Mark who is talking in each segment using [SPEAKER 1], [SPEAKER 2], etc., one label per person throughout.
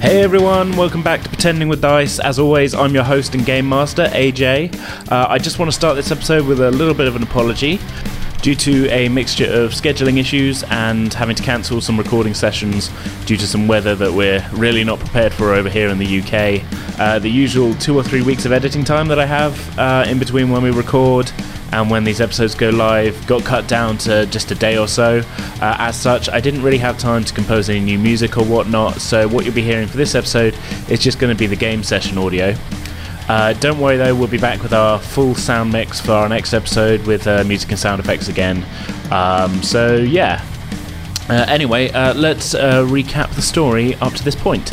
[SPEAKER 1] Hey everyone, welcome back to Pretending with Dice. As always, I'm your host and game master, AJ. Uh, I just want to start this episode with a little bit of an apology. Due to a mixture of scheduling issues and having to cancel some recording sessions due to some weather that we're really not prepared for over here in the UK, uh, the usual two or three weeks of editing time that I have uh, in between when we record and when these episodes go live got cut down to just a day or so. Uh, as such, I didn't really have time to compose any new music or whatnot, so what you'll be hearing for this episode is just going to be the game session audio. Uh, don't worry though, we'll be back with our full sound mix for our next episode with uh, music and sound effects again. Um, so, yeah. Uh, anyway, uh, let's uh, recap the story up to this point.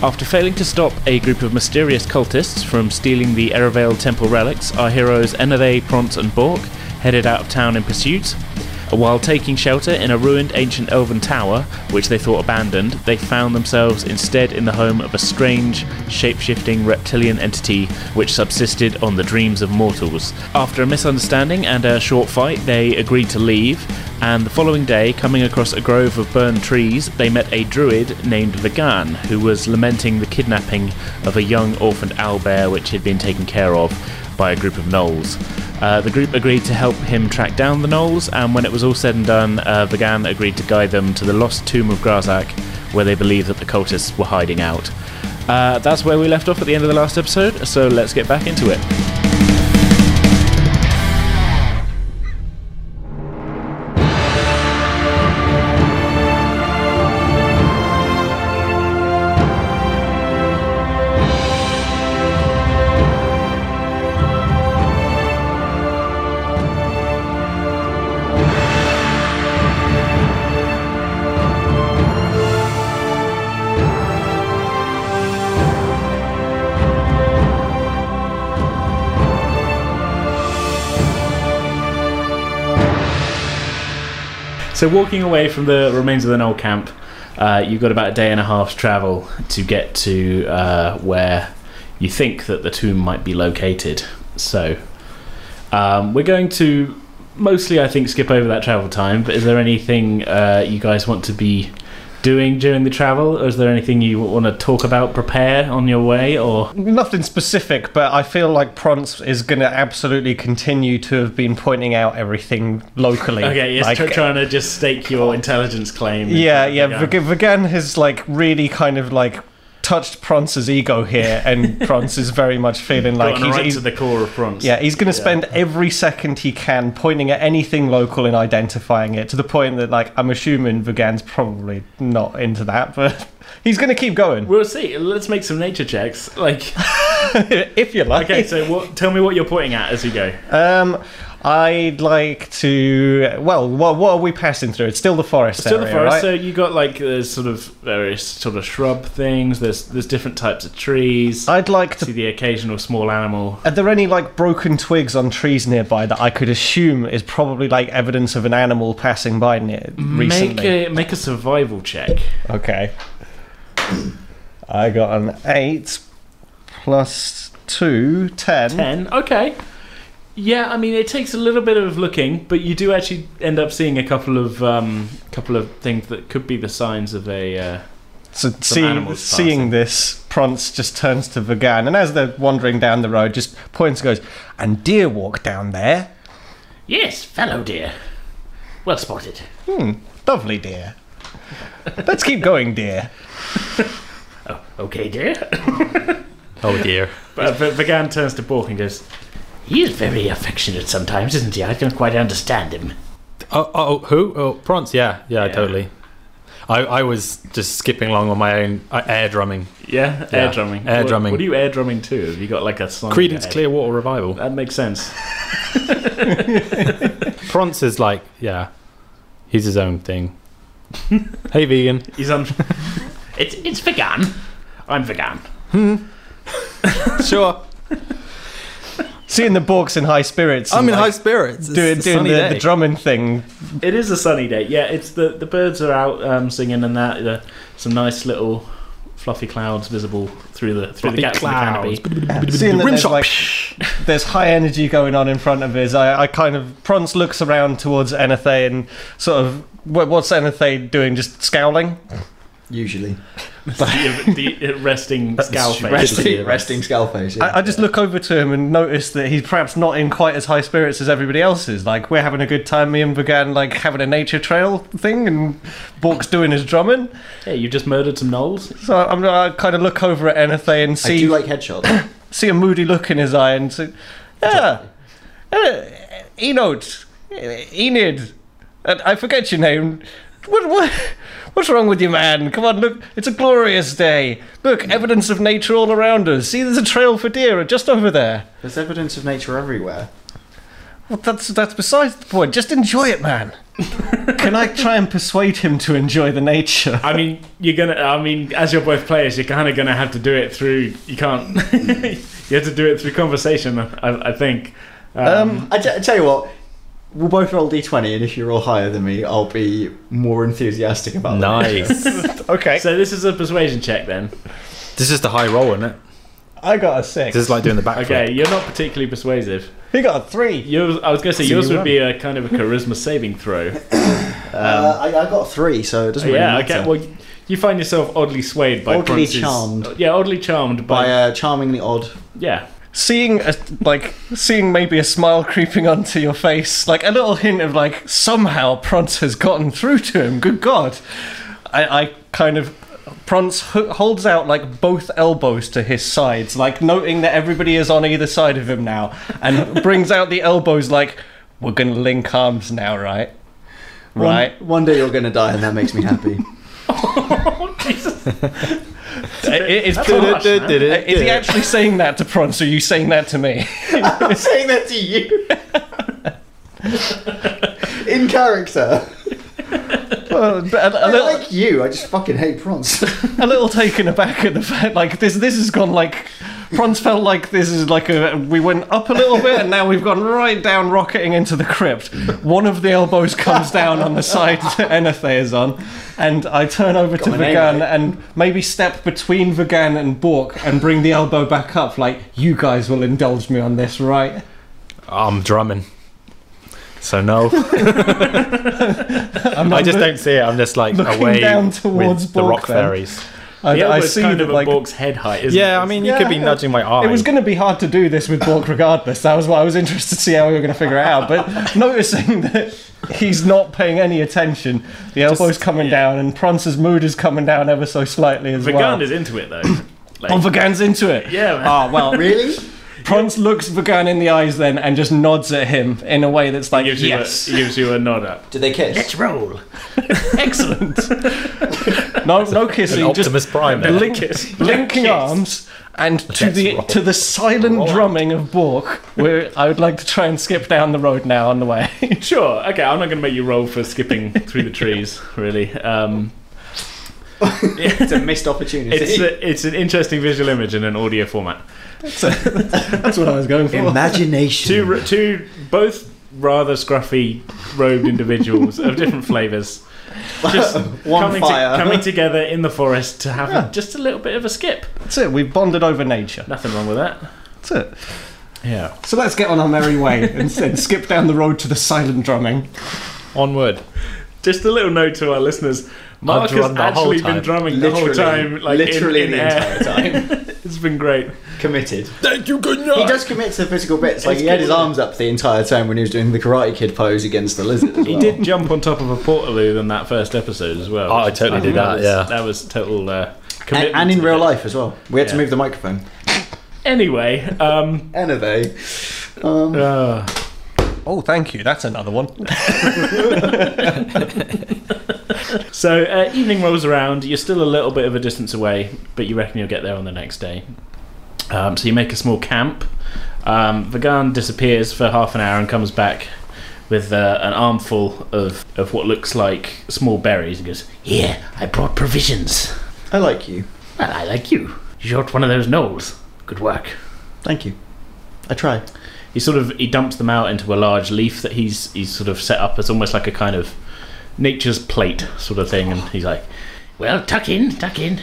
[SPEAKER 1] After failing to stop a group of mysterious cultists from stealing the Eravale temple relics, our heroes Enave, Pront, and Bork headed out of town in pursuit. While taking shelter in a ruined ancient elven tower, which they thought abandoned, they found themselves instead in the home of a strange, shape shifting reptilian entity which subsisted on the dreams of mortals. After a misunderstanding and a short fight, they agreed to leave, and the following day, coming across a grove of burned trees, they met a druid named Vagan, who was lamenting the kidnapping of a young orphaned owlbear which had been taken care of by a group of gnolls. Uh, the group agreed to help him track down the gnolls, and when it was all said and done, uh, Vagan agreed to guide them to the lost tomb of Grazak, where they believed that the cultists were hiding out. Uh, that's where we left off at the end of the last episode, so let's get back into it. So walking away from the remains of the Knoll camp, uh, you've got about a day and a half's travel to get to uh, where you think that the tomb might be located. So um, we're going to mostly, I think, skip over that travel time. But is there anything uh, you guys want to be doing during the travel, or is there anything you want to talk about, prepare on your way, or
[SPEAKER 2] Nothing specific, but I feel like Prance is going to absolutely continue to have been pointing out everything locally.
[SPEAKER 1] okay, yes,
[SPEAKER 2] Like,
[SPEAKER 1] tr- trying to just stake your intelligence claim.
[SPEAKER 2] yeah, yeah.
[SPEAKER 1] Okay.
[SPEAKER 2] Vagan Vagan has like really kind of like touched Prance's ego here, and Prance is very much feeling like
[SPEAKER 1] Gotten
[SPEAKER 2] he's,
[SPEAKER 1] right
[SPEAKER 2] he's-
[SPEAKER 1] to the core of France.
[SPEAKER 2] yeah, he's going to spend every second he can pointing at anything local and identifying it to the point that like I'm assuming Vagan's probably not into that, but he's going to keep going
[SPEAKER 1] We'll see. Let's make some nature checks. Like,
[SPEAKER 2] if you like.
[SPEAKER 1] okay, so what? Tell me what you're pointing at as you go.
[SPEAKER 2] Um, I'd like to. Well, what, what are we passing through? It's still the forest
[SPEAKER 1] Still the
[SPEAKER 2] area,
[SPEAKER 1] forest. So
[SPEAKER 2] right?
[SPEAKER 1] you got like there's sort of various sort of shrub things. There's there's different types of trees.
[SPEAKER 2] I'd like
[SPEAKER 1] see
[SPEAKER 2] to.
[SPEAKER 1] the occasional small animal.
[SPEAKER 2] Are there any like broken twigs on trees nearby that I could assume is probably like evidence of an animal passing by near recently?
[SPEAKER 1] Make a make a survival check.
[SPEAKER 2] Okay. I got an eight plus two, ten.
[SPEAKER 1] Ten. Okay. Yeah, I mean it takes a little bit of looking, but you do actually end up seeing a couple of um, couple of things that could be the signs of a. Uh,
[SPEAKER 2] So seeing,
[SPEAKER 1] animals
[SPEAKER 2] seeing
[SPEAKER 1] passing.
[SPEAKER 2] this, Prance just turns to Vagan, and as they're wandering down the road, just points and goes, "And deer walk down there.
[SPEAKER 1] yes, fellow deer. Well spotted.
[SPEAKER 2] Hmm, lovely dear. Let's keep going, dear.
[SPEAKER 1] Okay, dear.
[SPEAKER 3] Oh dear.
[SPEAKER 1] But, but Vagan turns to Bork and goes,
[SPEAKER 4] He is very affectionate sometimes, isn't he? I don't quite understand him.
[SPEAKER 3] Oh, oh who? Oh, Prance. Yeah, yeah,
[SPEAKER 1] Yeah.
[SPEAKER 3] totally. I, I was just skipping along on my own, uh, air drumming.
[SPEAKER 1] "Yeah,
[SPEAKER 3] Yeah,
[SPEAKER 1] air drumming.
[SPEAKER 3] air
[SPEAKER 1] What-
[SPEAKER 3] drumming.
[SPEAKER 1] What are you air drumming to? Have you got like a song?
[SPEAKER 3] Credence
[SPEAKER 1] air-
[SPEAKER 3] Clearwater Revival.
[SPEAKER 1] That makes sense.
[SPEAKER 3] Prance is like, yeah, he's his own thing. hey, vegan.
[SPEAKER 1] He's on.
[SPEAKER 4] It's it's vegan.
[SPEAKER 1] I'm Vagan.
[SPEAKER 3] Sure,
[SPEAKER 2] Seeing the Borks in high spirits.
[SPEAKER 3] I'm
[SPEAKER 2] and,
[SPEAKER 3] in high
[SPEAKER 2] like,
[SPEAKER 3] spirits. It's
[SPEAKER 2] doing,
[SPEAKER 3] a
[SPEAKER 2] doing
[SPEAKER 3] sunny
[SPEAKER 2] the,
[SPEAKER 3] day.
[SPEAKER 2] the drumming thing.
[SPEAKER 1] It is a sunny day. Yeah, it's the the birds are out um, singing and that. The, some nice little fluffy clouds visible through the through the
[SPEAKER 3] Fluffy
[SPEAKER 1] gaps
[SPEAKER 3] clouds.
[SPEAKER 1] in the canopy.
[SPEAKER 2] Seeing that
[SPEAKER 3] Rim
[SPEAKER 2] there's,
[SPEAKER 3] shot.
[SPEAKER 2] like, there's high energy going on in front of us, I, I kind of Prance looks around towards Enethay and sort of what, what's Enethay doing? Just scowling.
[SPEAKER 5] usually.
[SPEAKER 1] the, the resting scowl
[SPEAKER 3] true.
[SPEAKER 1] face.
[SPEAKER 3] Rest-
[SPEAKER 5] Resting, resting Skullface. Yeah.
[SPEAKER 2] I, I just look over to him and notice that he's perhaps not in quite as high spirits as everybody else is. Like we're having a good time. Me and Vagan like having a nature trail thing, and Bork's doing his drumming.
[SPEAKER 1] Hey, you just murdered some gnolls.
[SPEAKER 2] So I'm I kind of look over at Enethay and
[SPEAKER 5] I
[SPEAKER 2] see
[SPEAKER 5] do like headshots.
[SPEAKER 2] see a moody look in his eye and say, "Yeah, uh, Enod, Enid, uh, I forget your name. What, what, what's wrong with you, man? Come on, look, it's a glorious day. Look, evidence of nature all around us. See, there's a trail for deer just over there.
[SPEAKER 5] There's evidence of nature everywhere.
[SPEAKER 2] Well, that's that's besides the point. Just enjoy it, man." Can I try and persuade him to enjoy the nature?
[SPEAKER 1] I mean, you're gonna. I mean, as you're both players, you're kind of gonna have to do it through. You can't. you have to do it through conversation. I, I think.
[SPEAKER 2] Um,
[SPEAKER 5] I, t- I tell you what, we'll both roll d20, and if you roll higher than me, I'll be more enthusiastic about the nature.
[SPEAKER 3] Nice.
[SPEAKER 2] okay,
[SPEAKER 1] so this is a persuasion check then.
[SPEAKER 3] this is the high roll, isn't it?
[SPEAKER 2] I got a six.
[SPEAKER 3] This is like doing the backflip.
[SPEAKER 1] Okay, you're not particularly persuasive.
[SPEAKER 2] he got a three.
[SPEAKER 1] Yours, I was gonna say
[SPEAKER 2] So
[SPEAKER 1] yours
[SPEAKER 2] you
[SPEAKER 1] would be a kind of a charisma saving throw.
[SPEAKER 5] uh, I, I got three, so it doesn't really
[SPEAKER 1] yeah.
[SPEAKER 5] matter.
[SPEAKER 1] Okay. Well, you find yourself oddly swayed by
[SPEAKER 5] Oddly
[SPEAKER 1] Brunz's-
[SPEAKER 5] charmed.
[SPEAKER 1] Yeah, oddly charmed by.
[SPEAKER 5] By uh, a charmingly odd.
[SPEAKER 1] yeah.
[SPEAKER 2] seeing a, like seeing maybe a smile creeping onto your face like a little hint of like somehow Prance has gotten through to him good god i, I kind of Prance ho- holds out like both elbows to his sides like noting that everybody is on either side of him now and brings out the elbows like we're gonna link arms now right right
[SPEAKER 5] One, one day you're going to die, and that makes me happy.
[SPEAKER 1] Jesus.
[SPEAKER 2] It- it's
[SPEAKER 1] That's a harsh, man.
[SPEAKER 2] is he actually saying that to Prance or are you saying that to me
[SPEAKER 5] I'm saying that to you. In character.
[SPEAKER 2] Well, a- a
[SPEAKER 5] I
[SPEAKER 2] little-
[SPEAKER 5] like you, I just fucking hate prawns.
[SPEAKER 2] a little taken aback at the fact like this this has gone like Franz felt like this is like a we went up a little bit and now we've gone right down rocketing into the crypt. One of the elbows comes down on the side that Enethay is on, and I turn over to
[SPEAKER 5] my name
[SPEAKER 2] Vagan
[SPEAKER 5] right.
[SPEAKER 2] and maybe step between Vagan and Bork and bring the elbow back up like you guys will indulge me on this, right?
[SPEAKER 3] I'm drumming. So no,
[SPEAKER 2] I'm
[SPEAKER 3] I just don't see it. I'm just like
[SPEAKER 2] Looking
[SPEAKER 3] away
[SPEAKER 2] down towards
[SPEAKER 3] with the
[SPEAKER 2] Bork
[SPEAKER 3] rock
[SPEAKER 2] then.
[SPEAKER 3] fairies.
[SPEAKER 2] I,
[SPEAKER 1] The
[SPEAKER 2] I
[SPEAKER 1] elbow's
[SPEAKER 2] see
[SPEAKER 1] kind
[SPEAKER 2] that
[SPEAKER 1] of
[SPEAKER 2] like
[SPEAKER 1] a Bork's head height, isn't
[SPEAKER 3] Yeah,
[SPEAKER 1] it?
[SPEAKER 3] I mean, you
[SPEAKER 2] Yeah,
[SPEAKER 3] could be
[SPEAKER 2] yeah.
[SPEAKER 3] nudging my eye.
[SPEAKER 2] It was going to be hard to do this with Bork regardless. That was why I was interested to see how we were going to figure it out. But noticing that he's not paying any attention, the elbow's coming down, and Prancer's mood is coming down ever so slightly as
[SPEAKER 1] Vagan
[SPEAKER 2] well.
[SPEAKER 1] is into it though.
[SPEAKER 2] Oh,
[SPEAKER 1] Like,
[SPEAKER 2] Vagan's into it.
[SPEAKER 1] yeah, man.
[SPEAKER 2] Oh, well,
[SPEAKER 5] really?
[SPEAKER 2] Prance looks Vagan in the eyes then and just nods at him in a way that's like,
[SPEAKER 1] gives,
[SPEAKER 2] yes,
[SPEAKER 1] you a, gives you a nod up.
[SPEAKER 5] Do they kiss?
[SPEAKER 6] Let's roll.
[SPEAKER 2] excellent. no, no
[SPEAKER 3] an
[SPEAKER 2] kissing, just
[SPEAKER 3] Optimus Prime. there.
[SPEAKER 2] link, linking arms and to
[SPEAKER 3] Let's
[SPEAKER 2] the
[SPEAKER 3] roll.
[SPEAKER 2] to the silent
[SPEAKER 3] Roll.
[SPEAKER 2] drumming of Bork. Where I would like to try and skip down the road now on the way.
[SPEAKER 1] Sure. Okay, I'm not going to make you roll for skipping through the trees. Really, um,
[SPEAKER 5] it's a missed opportunity.
[SPEAKER 1] it's a, it's an interesting visual image in an audio format.
[SPEAKER 2] That's what I was going for.
[SPEAKER 1] Two
[SPEAKER 5] Imagination.
[SPEAKER 1] r- two both rather scruffy robed individuals of different flavors. Just
[SPEAKER 5] One
[SPEAKER 1] coming, to-
[SPEAKER 5] fire.
[SPEAKER 1] coming together in the forest to have a, just a little bit of a skip.
[SPEAKER 2] That's it. We've bonded over nature.
[SPEAKER 1] Nothing wrong with that.
[SPEAKER 2] That's it.
[SPEAKER 1] Yeah.
[SPEAKER 2] So let's get on our merry way and, and skip down the road to the silent drumming.
[SPEAKER 3] Onward.
[SPEAKER 1] Just a little note to our listeners. Mark has
[SPEAKER 3] drummed the whole
[SPEAKER 1] actually been
[SPEAKER 3] time.
[SPEAKER 1] drumming the whole time, like in-
[SPEAKER 5] literally
[SPEAKER 1] in,
[SPEAKER 5] the
[SPEAKER 1] air.
[SPEAKER 5] entire time.
[SPEAKER 1] It's been great.
[SPEAKER 5] Committed.
[SPEAKER 3] Thank you, good
[SPEAKER 5] He does commit to physical bits. Like he had his arms up the entire time when he was doing the Karate Kid pose against the lizard. As
[SPEAKER 1] He
[SPEAKER 5] well.
[SPEAKER 1] did jump on top of a portaloo in that first episode as well.
[SPEAKER 3] Oh, I
[SPEAKER 1] which is-
[SPEAKER 3] totally did that,
[SPEAKER 1] was-
[SPEAKER 3] yeah.
[SPEAKER 1] that was total uh,
[SPEAKER 5] and,
[SPEAKER 1] commitment.
[SPEAKER 5] and in
[SPEAKER 1] to
[SPEAKER 5] real
[SPEAKER 1] it.
[SPEAKER 5] life as well. We had to
[SPEAKER 1] Yeah.
[SPEAKER 5] move the microphone.
[SPEAKER 1] Anyway, um,
[SPEAKER 5] And are they? Um,
[SPEAKER 1] uh,
[SPEAKER 2] Oh, thank you. That's another one.
[SPEAKER 1] so uh, evening rolls around. You're still a little bit of a distance away, but you reckon you'll get there on the next day. Um, so you make a small camp. Um, Vagan disappears for half an hour and comes back with uh, an armful of, of what looks like small berries and goes,
[SPEAKER 6] Here, I brought provisions.
[SPEAKER 5] I like you.
[SPEAKER 6] Well, I like you. You shot one of those gnolls. Good work.
[SPEAKER 5] Thank you. I try.
[SPEAKER 1] he sort of he dumps them out into a large leaf that he's he's sort of set up as almost like a kind of nature's plate sort of thing and he's like
[SPEAKER 6] Well, tuck in, tuck in.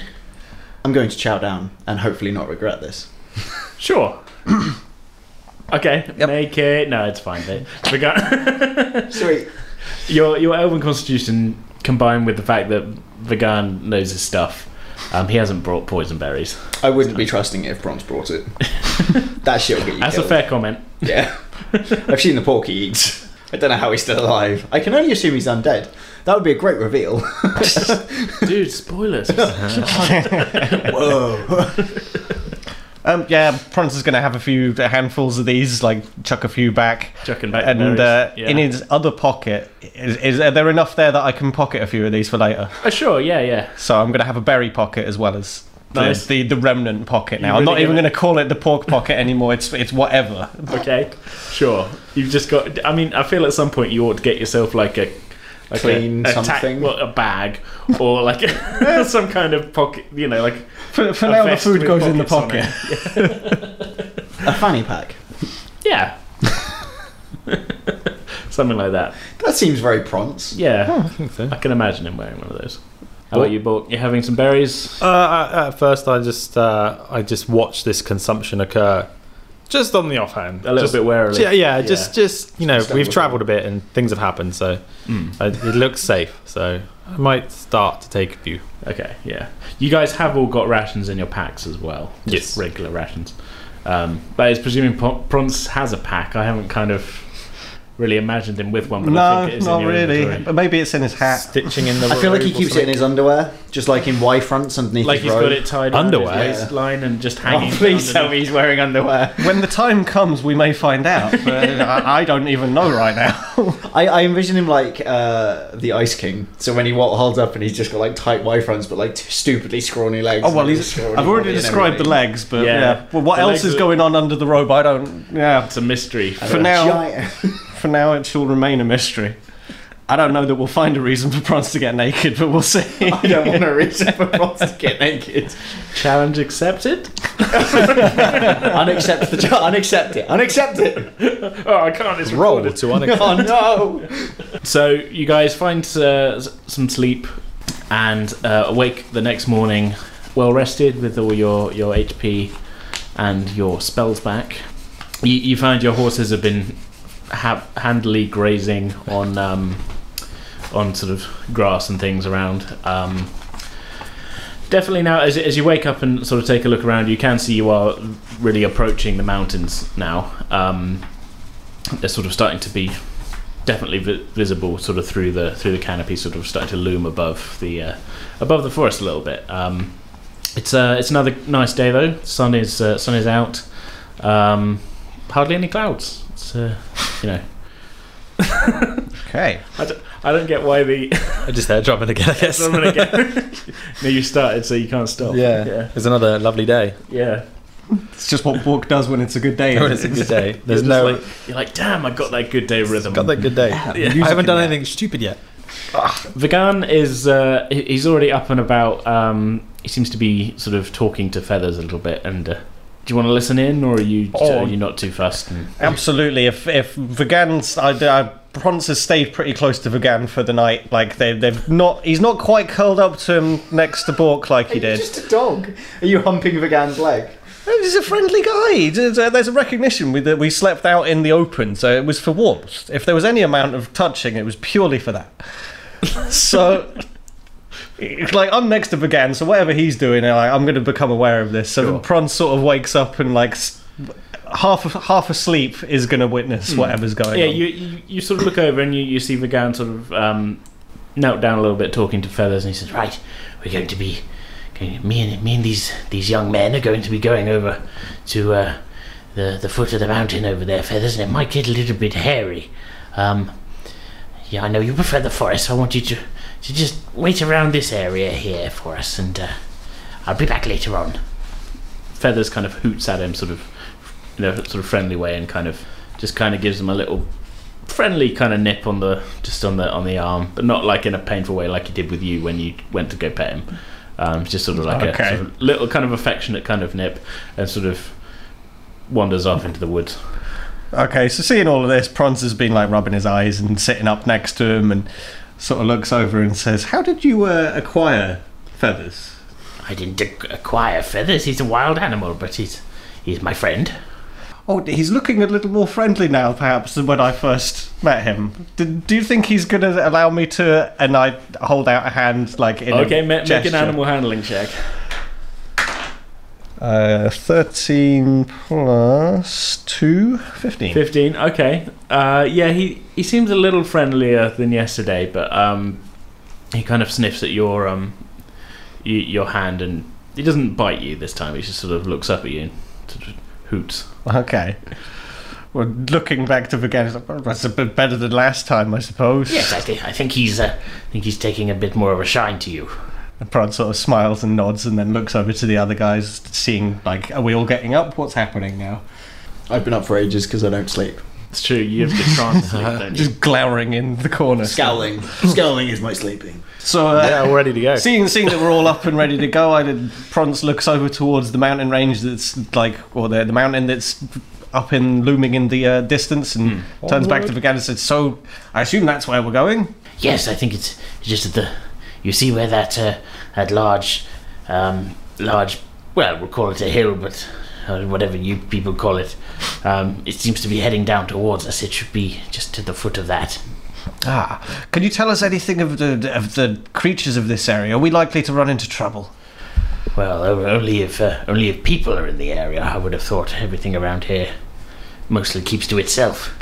[SPEAKER 5] I'm going to chow down and hopefully not regret this.
[SPEAKER 1] sure okay make it no it's fine but
[SPEAKER 5] Sweet.
[SPEAKER 1] your your elven constitution combined with the fact that Vagan knows his stuff, um, he hasn't brought poison berries.
[SPEAKER 7] I wouldn't be trusting it if Bronze brought it. that shit will get you
[SPEAKER 1] That's a
[SPEAKER 7] killed.
[SPEAKER 1] fair comment.
[SPEAKER 7] Yeah. I've seen the pork he eats. I don't know how he's still alive.
[SPEAKER 5] I can only assume he's undead. That would be a great reveal.
[SPEAKER 1] Dude, spoilers.
[SPEAKER 5] Whoa.
[SPEAKER 2] Um, yeah, Prance is going to have a few a handfuls of these, like chuck a few back.
[SPEAKER 1] Chucking back the
[SPEAKER 2] And uh,
[SPEAKER 1] berries. Yeah.
[SPEAKER 2] in his other pocket, is, is are there enough there that I can pocket a few of these for later?
[SPEAKER 1] Oh, sure, yeah, yeah.
[SPEAKER 2] So I'm going to have a berry pocket as well as the,
[SPEAKER 1] Nice.
[SPEAKER 2] the, the remnant pocket now. I'm
[SPEAKER 1] really
[SPEAKER 2] not even
[SPEAKER 1] gonna-
[SPEAKER 2] going to call it the pork pocket anymore. It's it's whatever.
[SPEAKER 1] Okay, sure. You've just got. I mean, I feel at some point you ought to get yourself like a. Like
[SPEAKER 7] Clean
[SPEAKER 1] a, a ta-
[SPEAKER 7] something.
[SPEAKER 1] well, a bag, or like a, some kind of pocket, you know, like
[SPEAKER 2] For, for
[SPEAKER 1] A
[SPEAKER 2] now, the
[SPEAKER 1] vest
[SPEAKER 2] food
[SPEAKER 1] with
[SPEAKER 2] goes in the
[SPEAKER 1] pockets on
[SPEAKER 2] pocket.
[SPEAKER 5] a fanny pack.
[SPEAKER 1] yeah, something like that.
[SPEAKER 5] That seems very prompt.
[SPEAKER 1] Yeah,
[SPEAKER 3] I think so.
[SPEAKER 1] I can imagine him wearing one of those. How about you, Bork? You're having some berries?
[SPEAKER 3] Uh, I- at first, I just uh, I just watched this consumption occur, just on the offhand,
[SPEAKER 1] A little
[SPEAKER 3] Just-
[SPEAKER 1] bit warily.
[SPEAKER 3] Yeah, yeah, just just you know,
[SPEAKER 7] Just
[SPEAKER 3] we've
[SPEAKER 7] overall.
[SPEAKER 3] travelled a Mm. bit and things have happened, so I, it looks safe. So I might start to take a few.
[SPEAKER 1] Okay, yeah. You guys have all got rations in your packs as well. Just
[SPEAKER 3] Yes.
[SPEAKER 1] Regular rations. Um, that is presuming Pro- Prance has a pack. I haven't kind of really imagined him with one, but I
[SPEAKER 2] No,
[SPEAKER 1] think it is
[SPEAKER 2] not
[SPEAKER 1] in your
[SPEAKER 2] really.
[SPEAKER 1] inventory.
[SPEAKER 2] But maybe it's in his hat.
[SPEAKER 3] Stitching in the.
[SPEAKER 5] I feel like he
[SPEAKER 3] robe or
[SPEAKER 5] keeps it in his underwear, just like in Y fronts underneath
[SPEAKER 1] Like
[SPEAKER 5] his
[SPEAKER 1] he's
[SPEAKER 5] robe.
[SPEAKER 1] got it tied
[SPEAKER 3] Underwear?
[SPEAKER 1] around his waistline and just hanging.
[SPEAKER 5] Oh, please tell
[SPEAKER 1] underneath.
[SPEAKER 5] me he's wearing underwear.
[SPEAKER 2] When the time comes, we may find out. But uh, I, I don't even know right now. Oh,
[SPEAKER 5] I, I envision him like uh, the Ice King. So when he wa- holds up and he's just got like tight Y fronts, but like t- stupidly scrawny legs.
[SPEAKER 2] Oh well,
[SPEAKER 5] and
[SPEAKER 2] he's,
[SPEAKER 5] scrawny
[SPEAKER 2] I've already
[SPEAKER 5] body and
[SPEAKER 2] described the
[SPEAKER 5] everything.
[SPEAKER 2] legs, but
[SPEAKER 1] Yeah.
[SPEAKER 2] yeah. Well, what
[SPEAKER 1] The
[SPEAKER 2] else
[SPEAKER 1] legs
[SPEAKER 2] is
[SPEAKER 1] are-
[SPEAKER 2] going on under the robe? I don't. Yeah.
[SPEAKER 1] It's a mystery.
[SPEAKER 2] For
[SPEAKER 5] A
[SPEAKER 2] now,
[SPEAKER 5] giant-
[SPEAKER 2] for now, it shall remain a mystery. I don't know that we'll find a reason for Prance to get naked, but we'll see.
[SPEAKER 5] I don't want a reason for Bronze to get naked.
[SPEAKER 1] Challenge accepted?
[SPEAKER 5] Unaccept the unaccept it. Unaccept it.
[SPEAKER 1] Oh, I can't. It's
[SPEAKER 3] Roll
[SPEAKER 1] recorded.
[SPEAKER 3] to unac-
[SPEAKER 5] Oh no.
[SPEAKER 1] So you guys find uh, s- some sleep and uh, awake the next morning, well rested with all your your HP and your spells back. You, you find your horses have been ha- handily grazing on um, on sort of grass and things around. Um, definitely now, as, as you wake up and sort of take a look around, you can see you are really approaching the mountains now. Um, they're sort of starting to be definitely vi- visible sort of through the through the canopy sort of starting to loom above the uh, above the forest a little bit um, it's uh, it's another nice day though sun is uh, sun is out um, hardly any clouds it's uh, you know
[SPEAKER 2] Okay.
[SPEAKER 1] I don't, I don't get why the
[SPEAKER 3] I just heard drumming again. I guess.
[SPEAKER 1] I'm gonna get no you started so you can't stop
[SPEAKER 3] Yeah.
[SPEAKER 1] yeah
[SPEAKER 3] It's another lovely day.
[SPEAKER 1] yeah
[SPEAKER 2] It's just what Bork does when it's a good day.
[SPEAKER 3] It's a good day. There's
[SPEAKER 1] You're just
[SPEAKER 3] no
[SPEAKER 1] like, you're like damn I got that good day rhythm
[SPEAKER 3] got that good day. I haven't done anything stupid yet.
[SPEAKER 1] Vagan is uh, he- he's already up and about. Um, he seems to be sort of talking to feathers a little bit. And uh, do you want to listen in, or are you
[SPEAKER 2] Oh.
[SPEAKER 1] are you not too fussed? And,
[SPEAKER 2] Absolutely. If if Vagan's, I, I, Prance has stayed pretty close to Vagan for the night. Like they they've not. He's not quite curled up to him next to Bork like he
[SPEAKER 5] You're
[SPEAKER 2] did.
[SPEAKER 5] just a dog. Are you humping Vagan's leg?
[SPEAKER 2] He's a friendly guy. There's a, there's a recognition we, that we slept out in the open, so it was for warmth. If there was any amount of touching, it was purely for that. so, it's like, I'm next to Began, so whatever he's doing, I, I'm going to become aware of this. So
[SPEAKER 1] Sure.
[SPEAKER 2] Pron sort of wakes up and like s- half half asleep is going to witness whatever's going
[SPEAKER 1] Hmm. yeah,
[SPEAKER 2] on.
[SPEAKER 1] you, you you sort of look over and you, you see Vagan sort of um, knelt down a little bit, talking to feathers, and he says, "Right, we're going to be
[SPEAKER 3] going-
[SPEAKER 1] me and me and these these young men are going to be going over to uh, the the foot of the mountain over there, feathers, and it might get a little bit hairy. Um, yeah, I know you prefer the forest. I want you to to just wait around this area here for us, and uh, I'll be back later on." Feathers kind of hoots at him, sort of in a sort of friendly way, and kind of just kind of gives him a little friendly kind of nip on the just on the on the arm, but not like in a painful way like he did with you when you went to go pet him. Um, just sort of like
[SPEAKER 2] Okay.
[SPEAKER 1] a sort of little kind of affectionate kind of nip, and sort of wanders off into the woods.
[SPEAKER 2] Okay, so seeing all of this, Prons has been like rubbing his eyes and sitting up next to him and sort of looks over and says, How did you uh, acquire feathers?
[SPEAKER 1] I didn't ac- acquire feathers. He's a wild animal, but he's he's my friend.
[SPEAKER 2] oh, he's looking a little more friendly now, perhaps, than when I first met him. Do, do you think he's going to allow me to? And I hold out a hand, like in
[SPEAKER 1] Okay,
[SPEAKER 2] a
[SPEAKER 1] ma- make an
[SPEAKER 2] gesture.
[SPEAKER 1] animal handling check.
[SPEAKER 2] Uh, 13 plus 2, 15.
[SPEAKER 1] 15 okay uh, yeah he, he seems a little friendlier than yesterday but um, he kind of sniffs at your um, y- your hand and he doesn't bite you this time he just sort of looks up at you and sort of hoots
[SPEAKER 2] Okay. Well, looking back to Viganis, well, that's a bit better than last time, I suppose.
[SPEAKER 1] I think, I think he's uh, I think he's taking a bit more of a shine to you
[SPEAKER 2] And Prod sort of smiles and nods and then looks over to the other guys, seeing, like, are we all getting up? What's happening now?
[SPEAKER 5] I've been up for ages because I don't sleep.
[SPEAKER 1] it's true you have the trance sleep, don't you?
[SPEAKER 2] Just glowering in the corner.
[SPEAKER 5] Scowling. Scowling is my sleeping.
[SPEAKER 2] So, uh,
[SPEAKER 3] Yeah, we're ready to go.
[SPEAKER 2] Seeing, seeing that we're all up and ready to go, I did. Prance looks over towards the mountain range that's like, or the, the mountain that's up in looming in the uh, distance, and turns back to Vigan and says, "So, I assume that's where we're going."
[SPEAKER 8] Yes, I think it's just at the. You see where that uh, that large, um, large. Well, we'll call it a hill, but uh, whatever you people call it, um, it seems to be heading down towards us. It should be just to the foot of that.
[SPEAKER 2] Ah, can you tell us anything of the of the creatures of this area? Are we likely to run into trouble?
[SPEAKER 8] Well, o- only if uh, only if people are in the area. I would have thought everything around here mostly keeps to itself.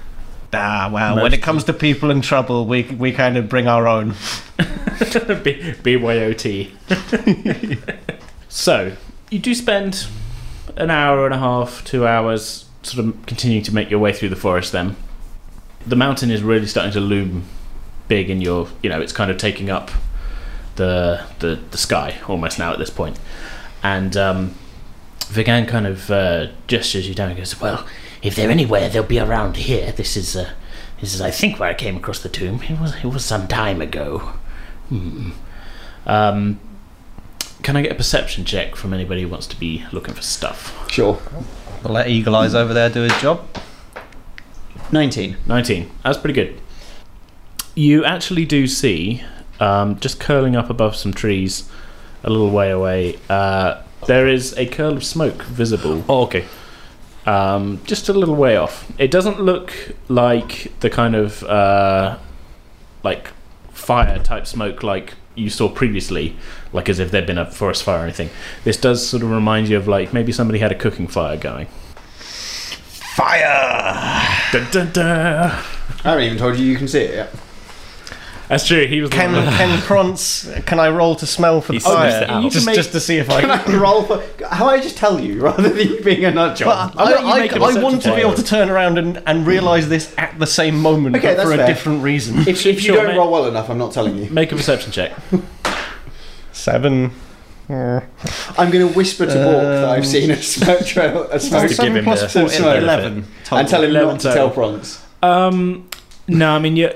[SPEAKER 2] Ah, well, when it comes to people in trouble, we we kind of bring our own.
[SPEAKER 1] B- BYOT. so, you do spend an hour and a half, two hours, sort of continuing to make your way through the forest then. The mountain is really starting to loom big in your, you know, it's kind of taking up the the, the sky almost now at this point. And um,
[SPEAKER 8] Vigan kind of uh, gestures you down and goes, "Well, if they're anywhere, they'll be around here. This is, uh, this is, I think, where I came across the tomb. It was, it was some time ago. Hmm.
[SPEAKER 1] um, can I get a perception check from anybody who wants to be looking for stuff?
[SPEAKER 7] Sure.
[SPEAKER 2] We'll let Eagle Eyes over there do his job.
[SPEAKER 7] 19.
[SPEAKER 1] 19. That's pretty good. You actually do see, um, just curling up above some trees a little way away, uh, there is a curl of smoke visible.
[SPEAKER 3] Oh, okay.
[SPEAKER 1] Um, just a little way off. It doesn't look like the kind of uh, like fire type smoke like you saw previously, like as if there'd been a forest fire or anything. This does sort of remind you of like maybe somebody had a cooking fire going.
[SPEAKER 2] Fire!
[SPEAKER 1] Dun, dun, dun.
[SPEAKER 7] I haven't even told you you can see it yet.
[SPEAKER 1] That's true. He was the
[SPEAKER 2] Can
[SPEAKER 1] one-
[SPEAKER 2] can Prance? Can I roll to smell for the
[SPEAKER 1] He sniffs
[SPEAKER 2] fire?
[SPEAKER 1] it out. You can
[SPEAKER 2] Just,
[SPEAKER 1] make-
[SPEAKER 2] just to see if I
[SPEAKER 7] Can I roll for. How I just tell you rather than you being a nut job?
[SPEAKER 2] But I,
[SPEAKER 1] let you
[SPEAKER 2] I,
[SPEAKER 1] make a
[SPEAKER 2] I want to
[SPEAKER 1] perception
[SPEAKER 2] be able
[SPEAKER 1] check.
[SPEAKER 2] to turn around and, and realise this at the same moment
[SPEAKER 7] Okay,
[SPEAKER 2] but for
[SPEAKER 7] that's
[SPEAKER 2] a
[SPEAKER 7] fair.
[SPEAKER 2] different reason.
[SPEAKER 7] if, if you
[SPEAKER 1] sure,
[SPEAKER 7] don't
[SPEAKER 1] mate.
[SPEAKER 7] roll well enough, I'm not telling you.
[SPEAKER 1] Make a perception check.
[SPEAKER 2] Seven. Uh,
[SPEAKER 7] I'm going to whisper to Bork that
[SPEAKER 2] Um,
[SPEAKER 7] I've seen a smoke trail. A smoke
[SPEAKER 1] to give him the-
[SPEAKER 7] some smoke. And tell him
[SPEAKER 1] 11
[SPEAKER 7] not to
[SPEAKER 1] total.
[SPEAKER 7] tell Prance.
[SPEAKER 1] Um, no, I mean, you,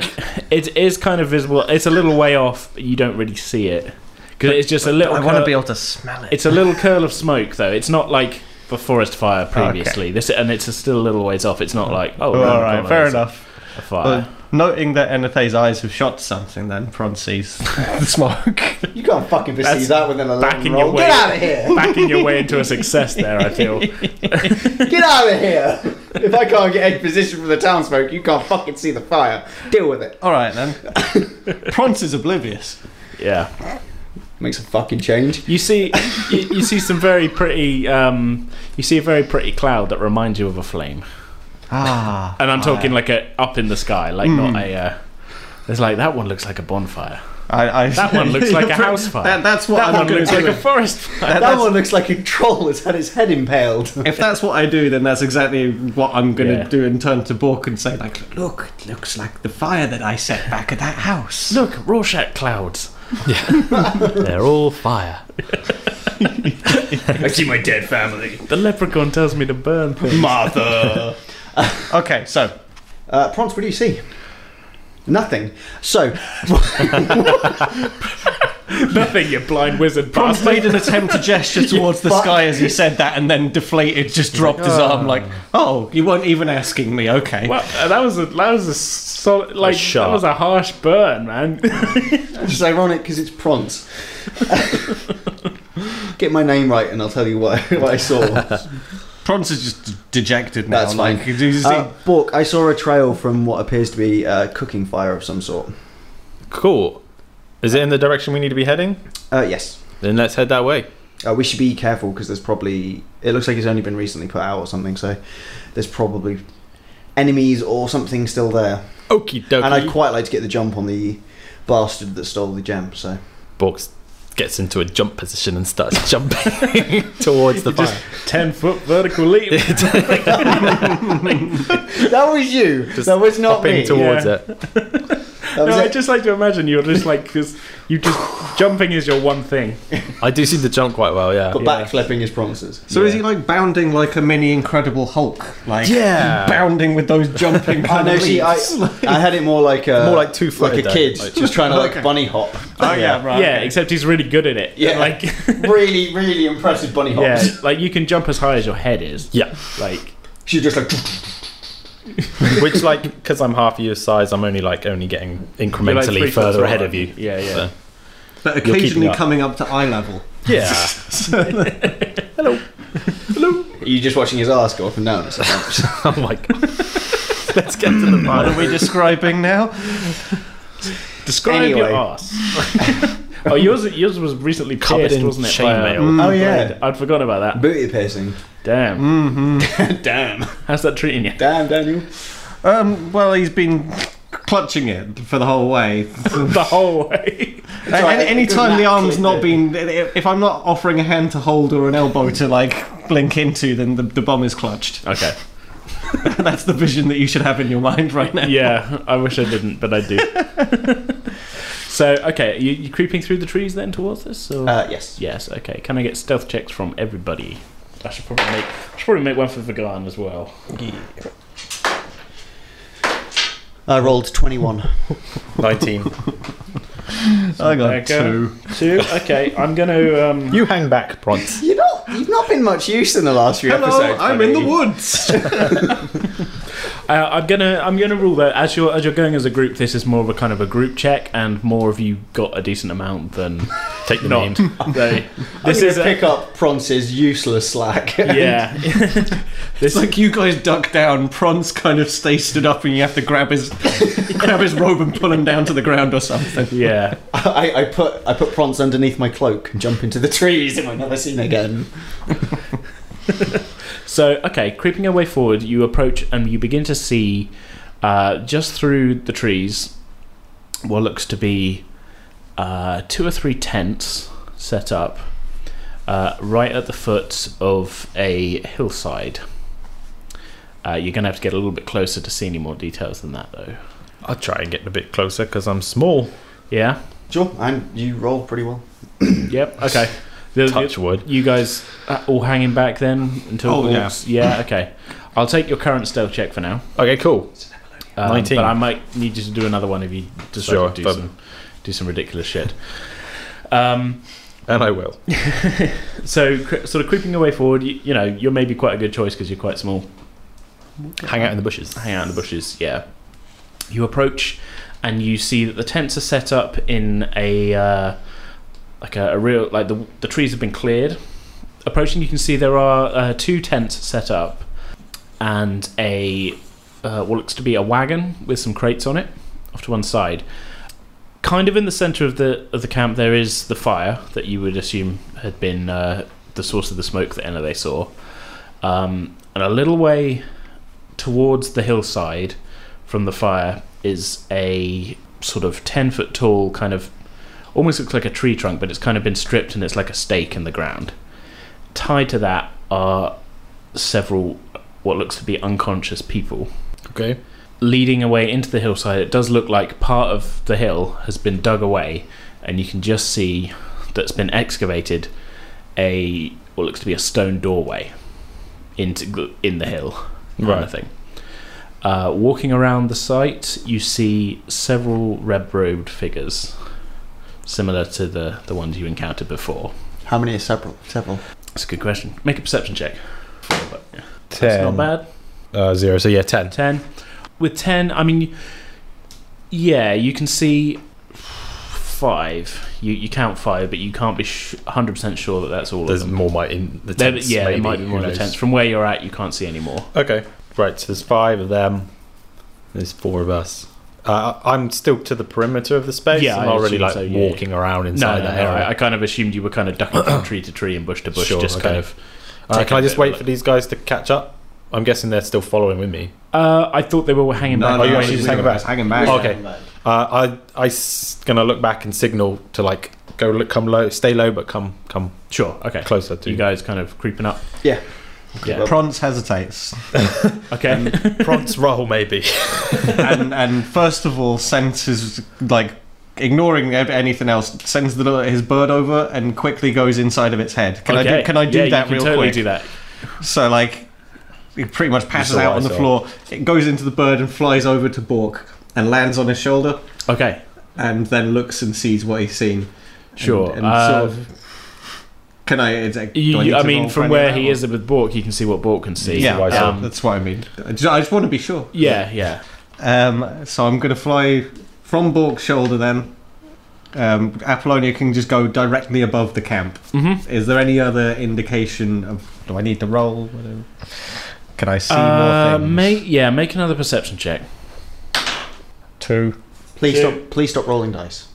[SPEAKER 1] it is kind of visible. It's a little way off. But you don't really see it because it's just a little.
[SPEAKER 2] I want to
[SPEAKER 1] cur-
[SPEAKER 2] be able to smell it.
[SPEAKER 1] It's a little curl of smoke, though. It's not like the forest fire previously. This and it's still a little ways off. It's not like oh,
[SPEAKER 2] Oh,
[SPEAKER 1] around
[SPEAKER 2] all
[SPEAKER 1] the
[SPEAKER 2] right,
[SPEAKER 1] corner
[SPEAKER 2] fair
[SPEAKER 1] there's
[SPEAKER 2] enough.
[SPEAKER 1] A fire.
[SPEAKER 2] Uh, noting that Enethe's eyes have shot something, then Pron sees the smoke.
[SPEAKER 7] You can't fucking
[SPEAKER 1] That's
[SPEAKER 7] perceive that within a
[SPEAKER 1] backing
[SPEAKER 7] little roll. Get
[SPEAKER 1] your way.
[SPEAKER 7] out of here!
[SPEAKER 1] Backing your way into a success there, I feel.
[SPEAKER 7] Get out of here! If I can't get any position from the town smoke, you can't fucking see the fire. Deal with it.
[SPEAKER 2] all right then. Prance is oblivious.
[SPEAKER 1] Yeah.
[SPEAKER 7] Makes a fucking change.
[SPEAKER 1] You see, you, you see some very pretty. Um, you see a very pretty cloud that reminds you of a flame,
[SPEAKER 2] Ah,
[SPEAKER 1] and I'm talking like a up in the sky, like
[SPEAKER 2] Hmm.
[SPEAKER 1] not a. Uh, it's like that one looks like a bonfire.
[SPEAKER 2] I, I,
[SPEAKER 1] That one looks like a house fire.
[SPEAKER 2] That, that's what
[SPEAKER 1] That
[SPEAKER 2] I'm
[SPEAKER 1] one
[SPEAKER 2] gonna
[SPEAKER 1] looks
[SPEAKER 2] do.
[SPEAKER 1] like a forest fire.
[SPEAKER 7] That one looks like a troll has had his head impaled.
[SPEAKER 2] if that's what I do, then that's exactly what I'm going to
[SPEAKER 1] Yeah.
[SPEAKER 2] do and turn to Bork and say, like, look, it looks like the fire that I set back at that house.
[SPEAKER 1] Look, Rorschach clouds.
[SPEAKER 3] They're all fire.
[SPEAKER 1] I see my dead family. The leprechaun tells me to burn things.
[SPEAKER 2] Martha. okay, so
[SPEAKER 7] Uh, Prance, what do you see? Nothing. So,
[SPEAKER 1] Nothing, you blind wizard
[SPEAKER 2] Bronze
[SPEAKER 1] bastard.
[SPEAKER 2] made an attempt to gesture towards the
[SPEAKER 7] fuck.
[SPEAKER 2] sky as he said that, and then deflated, just dropped his arm, like, "Oh, you weren't even asking me." Okay.
[SPEAKER 1] Well, uh, that was a that was a solid like
[SPEAKER 3] shot.
[SPEAKER 1] that was a harsh burn, man.
[SPEAKER 7] which is ironic because it's Prance.
[SPEAKER 5] Uh,
[SPEAKER 7] Get my name right and I'll tell you what, what I saw.
[SPEAKER 2] Prance is just dejected now.
[SPEAKER 5] That's
[SPEAKER 2] like,
[SPEAKER 5] fine.
[SPEAKER 2] you see-
[SPEAKER 5] Uh, Bork, I saw a trail from what appears to be a cooking fire of some sort.
[SPEAKER 3] Cool. Is it in the direction we need to be heading?
[SPEAKER 5] Uh, yes.
[SPEAKER 3] Then let's head that way.
[SPEAKER 5] Uh, we should be careful because there's probably. It looks like it's only been recently put out or something, so there's probably enemies or something still there.
[SPEAKER 3] Okie dokie.
[SPEAKER 5] And I'd quite like to get the jump on the bastard that stole the gem, so.
[SPEAKER 3] Borks gets into a jump position and starts jumping towards the fire.
[SPEAKER 1] 10 foot vertical leap.
[SPEAKER 5] That was you!
[SPEAKER 3] Just
[SPEAKER 5] that was not
[SPEAKER 3] hopping
[SPEAKER 5] me!
[SPEAKER 3] towards
[SPEAKER 1] Yeah.
[SPEAKER 3] it.
[SPEAKER 5] That was
[SPEAKER 1] No, I
[SPEAKER 5] it.
[SPEAKER 1] just like to imagine you're just like, because you just, jumping is your one thing.
[SPEAKER 3] I do see the jump quite well, yeah.
[SPEAKER 5] But backflipping his promises.
[SPEAKER 2] so is he like bounding like a mini Incredible Hulk? Like
[SPEAKER 3] Yeah.
[SPEAKER 2] bounding with those jumping.
[SPEAKER 5] I know,
[SPEAKER 2] leaps?
[SPEAKER 5] see, I, I had it more like a,
[SPEAKER 3] More like two
[SPEAKER 5] like a
[SPEAKER 3] though.
[SPEAKER 5] kid,
[SPEAKER 3] Like-
[SPEAKER 5] just trying to like bunny hop.
[SPEAKER 2] oh yeah, right.
[SPEAKER 1] Yeah,
[SPEAKER 2] okay.
[SPEAKER 1] except he's really good at it.
[SPEAKER 5] Yeah.
[SPEAKER 1] Like,
[SPEAKER 5] really, really impressive bunny hops.
[SPEAKER 1] yeah, like you can jump as high as your head is.
[SPEAKER 3] yeah.
[SPEAKER 1] Like,
[SPEAKER 5] She just like
[SPEAKER 3] Which, like, because I'm half your size, I'm only like only getting
[SPEAKER 1] you're, like,
[SPEAKER 3] incrementally
[SPEAKER 1] three foot
[SPEAKER 3] further
[SPEAKER 1] taller.
[SPEAKER 3] ahead of you.
[SPEAKER 1] Yeah, yeah.
[SPEAKER 3] So-
[SPEAKER 2] but
[SPEAKER 3] keeping
[SPEAKER 2] occasionally
[SPEAKER 3] up.
[SPEAKER 2] coming up to eye level.
[SPEAKER 3] Yeah.
[SPEAKER 5] Are you just watching his ass go up and down?
[SPEAKER 3] I'm like, let's get to the
[SPEAKER 2] What
[SPEAKER 3] fire.
[SPEAKER 2] are we describing now?
[SPEAKER 1] Describe your
[SPEAKER 5] Anyway.
[SPEAKER 1] ass. oh, yours, yours was recently
[SPEAKER 3] Covered
[SPEAKER 1] pierced,
[SPEAKER 3] in
[SPEAKER 1] wasn't it? by a-
[SPEAKER 3] chainmail.
[SPEAKER 5] oh
[SPEAKER 1] I'd forgotten about that.
[SPEAKER 5] booty piercing.
[SPEAKER 1] Damn.
[SPEAKER 5] Damn,
[SPEAKER 1] How's that treating you?
[SPEAKER 5] damn, Daniel.
[SPEAKER 2] Um, well, he's been clutching it for the whole way.
[SPEAKER 1] the whole way.
[SPEAKER 2] A-
[SPEAKER 5] alright,
[SPEAKER 2] any, any
[SPEAKER 5] it does
[SPEAKER 2] time the
[SPEAKER 5] not
[SPEAKER 2] arm's
[SPEAKER 5] click
[SPEAKER 2] not
[SPEAKER 5] it.
[SPEAKER 2] been, if I'm not offering a hand to hold or an elbow to like blink into, then the, the bomb is clutched.
[SPEAKER 1] Okay.
[SPEAKER 2] That's the vision that you should have in your mind right now.
[SPEAKER 1] Yeah, I wish I didn't, but I do. so, okay, you, you creeping through the trees then towards us? Or?
[SPEAKER 5] Uh, yes.
[SPEAKER 1] yes, okay. Can I get stealth checks from everybody? I should probably make, I should probably make one for Vagan as well.
[SPEAKER 5] I rolled twenty-one.
[SPEAKER 3] 19.
[SPEAKER 2] I got
[SPEAKER 1] Becca.
[SPEAKER 2] Uh, two.
[SPEAKER 1] Two? Okay, I'm going to. Um,
[SPEAKER 3] You hang back, Pront.
[SPEAKER 5] You're not. You've not been much use in the last few
[SPEAKER 2] Hello,
[SPEAKER 5] episodes.
[SPEAKER 2] I'm in
[SPEAKER 5] buddy.
[SPEAKER 2] the woods.
[SPEAKER 1] Uh, I'm gonna I'm gonna rule that as you're as you're going as a group, this is more of a kind of a group check, and more of you got a decent amount than
[SPEAKER 3] Take the
[SPEAKER 1] not.
[SPEAKER 3] name.
[SPEAKER 1] They-
[SPEAKER 5] I'm
[SPEAKER 1] this
[SPEAKER 5] gonna
[SPEAKER 1] is a,
[SPEAKER 5] pick up Pronce's useless slack.
[SPEAKER 1] yeah. this
[SPEAKER 2] It's like you guys duck down, Prons kind of stay stood up, and you have to grab his grab his robe and pull him down to the ground or something.
[SPEAKER 1] yeah
[SPEAKER 5] I, I put I put Pronce underneath my cloak and jump into the trees, and we're never seen again.
[SPEAKER 1] So, okay, creeping your way forward, you approach and you begin to see uh, just through the trees what looks to be uh, two or three tents set up uh, right at the foot of a hillside. Uh, you're going to have to get a little bit closer to see any more details than that, though.
[SPEAKER 3] I'll try and get a bit closer because I'm small.
[SPEAKER 1] Yeah?
[SPEAKER 5] Sure, and you roll pretty well.
[SPEAKER 1] Yep. Okay. The- the-
[SPEAKER 3] Touch wood.
[SPEAKER 1] You guys uh, all hanging back then until.
[SPEAKER 2] Oh, yeah.
[SPEAKER 1] yeah, okay. I'll take your current stealth check for now.
[SPEAKER 3] Okay, cool.
[SPEAKER 1] Um,
[SPEAKER 3] 19.
[SPEAKER 1] But I might need you to do another one if you decide
[SPEAKER 3] Sure,
[SPEAKER 1] to do
[SPEAKER 3] but-
[SPEAKER 1] some, do some ridiculous shit. Um,
[SPEAKER 3] And I will.
[SPEAKER 1] so, cr- sort of creeping away forward, you, you know, you're maybe quite a good choice because you're quite small.
[SPEAKER 3] Hang out in the bushes.
[SPEAKER 1] Hang out in the bushes, yeah. You approach and you see that the tents are set up in a uh, like a, a real like the the trees have been cleared. Approaching, you can see there are uh, two tents set up and a uh, what looks to be a wagon with some crates on it off to one side. Kind of in the center of the of the camp, there is the fire that you would assume had been uh, the source of the smoke that Enna they saw. Um, and a little way towards the hillside from the fire is a sort of ten foot tall kind of almost looks like a tree trunk, but it's kind of been stripped and it's like a stake in the ground. Tied to that are several what looks to be unconscious people
[SPEAKER 3] Okay.
[SPEAKER 1] leading away into the hillside, it does look like part of the hill has been dug away, and you can just see that's been excavated a what looks to be a stone doorway into in the hill, kind
[SPEAKER 3] Right.
[SPEAKER 1] of thing. Uh, walking around the site, you see several red-robed figures, similar to the the ones you encountered before.
[SPEAKER 5] How many are several? Several.
[SPEAKER 1] That's a good question. Make a perception check.
[SPEAKER 3] Ten.
[SPEAKER 1] That's not bad.
[SPEAKER 3] Uh, zero. So yeah, ten.
[SPEAKER 1] 10 with 10 i mean yeah you can see five. You you count five, but you can't be sh- 100% sure that that's all
[SPEAKER 3] There's
[SPEAKER 1] of them.
[SPEAKER 3] more might in the
[SPEAKER 1] There-
[SPEAKER 3] tents.
[SPEAKER 1] yeah,
[SPEAKER 3] maybe.
[SPEAKER 1] there might be
[SPEAKER 3] who
[SPEAKER 1] more in the
[SPEAKER 3] knows?
[SPEAKER 1] tents. From where you're at, you can't see any more.
[SPEAKER 3] Okay, right. So there's five of them. There's four of us. Uh, I'm still to the perimeter of the space.
[SPEAKER 1] Yeah,
[SPEAKER 3] I'm
[SPEAKER 1] I
[SPEAKER 3] not really
[SPEAKER 1] assume
[SPEAKER 3] like
[SPEAKER 1] so, yeah.
[SPEAKER 3] walking around
[SPEAKER 1] No,
[SPEAKER 3] inside
[SPEAKER 1] no,
[SPEAKER 3] that
[SPEAKER 1] no,
[SPEAKER 3] area.
[SPEAKER 1] I, I kind of assumed you were kind of ducking from tree to tree and bush to bush,
[SPEAKER 3] Sure,
[SPEAKER 1] just kind
[SPEAKER 3] okay.
[SPEAKER 1] of.
[SPEAKER 3] Uh,
[SPEAKER 1] take
[SPEAKER 3] can
[SPEAKER 1] a
[SPEAKER 3] I
[SPEAKER 1] bit
[SPEAKER 3] just
[SPEAKER 1] of a
[SPEAKER 3] wait
[SPEAKER 1] look.
[SPEAKER 3] for these guys to catch up? I'm guessing they're still following with me.
[SPEAKER 1] Uh, I thought they were hanging back.
[SPEAKER 3] no, you actually just hang it back?
[SPEAKER 5] Hanging back.
[SPEAKER 3] Okay. Uh, I I s- gonna look back and signal to like go look, come low, stay low, but come come
[SPEAKER 1] Sure, okay.
[SPEAKER 3] closer
[SPEAKER 1] You
[SPEAKER 3] to.
[SPEAKER 1] guys kind of creeping up.
[SPEAKER 5] Yeah.
[SPEAKER 1] Yeah.
[SPEAKER 7] Prance hesitates,
[SPEAKER 1] Okay.
[SPEAKER 3] um, Prance roll maybe.
[SPEAKER 2] and and first of all senses like ignoring ev- anything else sends the little- his bird over and quickly goes inside of its head can i
[SPEAKER 1] Okay.
[SPEAKER 2] do can i do
[SPEAKER 1] Yeah,
[SPEAKER 2] that
[SPEAKER 1] you can
[SPEAKER 2] real
[SPEAKER 1] totally
[SPEAKER 2] quick
[SPEAKER 1] do that.
[SPEAKER 2] so like it pretty much passes
[SPEAKER 3] saw
[SPEAKER 2] out
[SPEAKER 3] what
[SPEAKER 2] on
[SPEAKER 3] I
[SPEAKER 2] the
[SPEAKER 3] saw.
[SPEAKER 2] floor it goes into the bird and flies over to bork and lands on his shoulder
[SPEAKER 1] Okay,
[SPEAKER 2] and then looks and sees what he's seen
[SPEAKER 1] sure.
[SPEAKER 2] and, and
[SPEAKER 1] Uh,
[SPEAKER 2] sort of, can i is it- do
[SPEAKER 1] you-
[SPEAKER 2] need
[SPEAKER 1] you- I
[SPEAKER 2] to roll
[SPEAKER 1] mean,
[SPEAKER 2] for
[SPEAKER 1] from
[SPEAKER 2] any
[SPEAKER 1] where
[SPEAKER 2] of that,
[SPEAKER 1] he
[SPEAKER 2] or-
[SPEAKER 1] is with Bork, you can see what Bork can see.
[SPEAKER 2] yeah,
[SPEAKER 3] why I said.
[SPEAKER 2] yeah,
[SPEAKER 1] Um,
[SPEAKER 2] that's what i mean I just, I just want to be sure
[SPEAKER 1] yeah, yeah.
[SPEAKER 2] Um, so I'm going to fly from Bork's shoulder then. Um, Apollonia can just go directly above the camp.
[SPEAKER 1] Mm-hmm.
[SPEAKER 2] Is there any other indication of. Do I need to roll? Whatever. Can I see
[SPEAKER 1] Uh,
[SPEAKER 2] more things?
[SPEAKER 1] make yeah, make another perception check.
[SPEAKER 2] Two.
[SPEAKER 5] Please stop. Please stop rolling dice.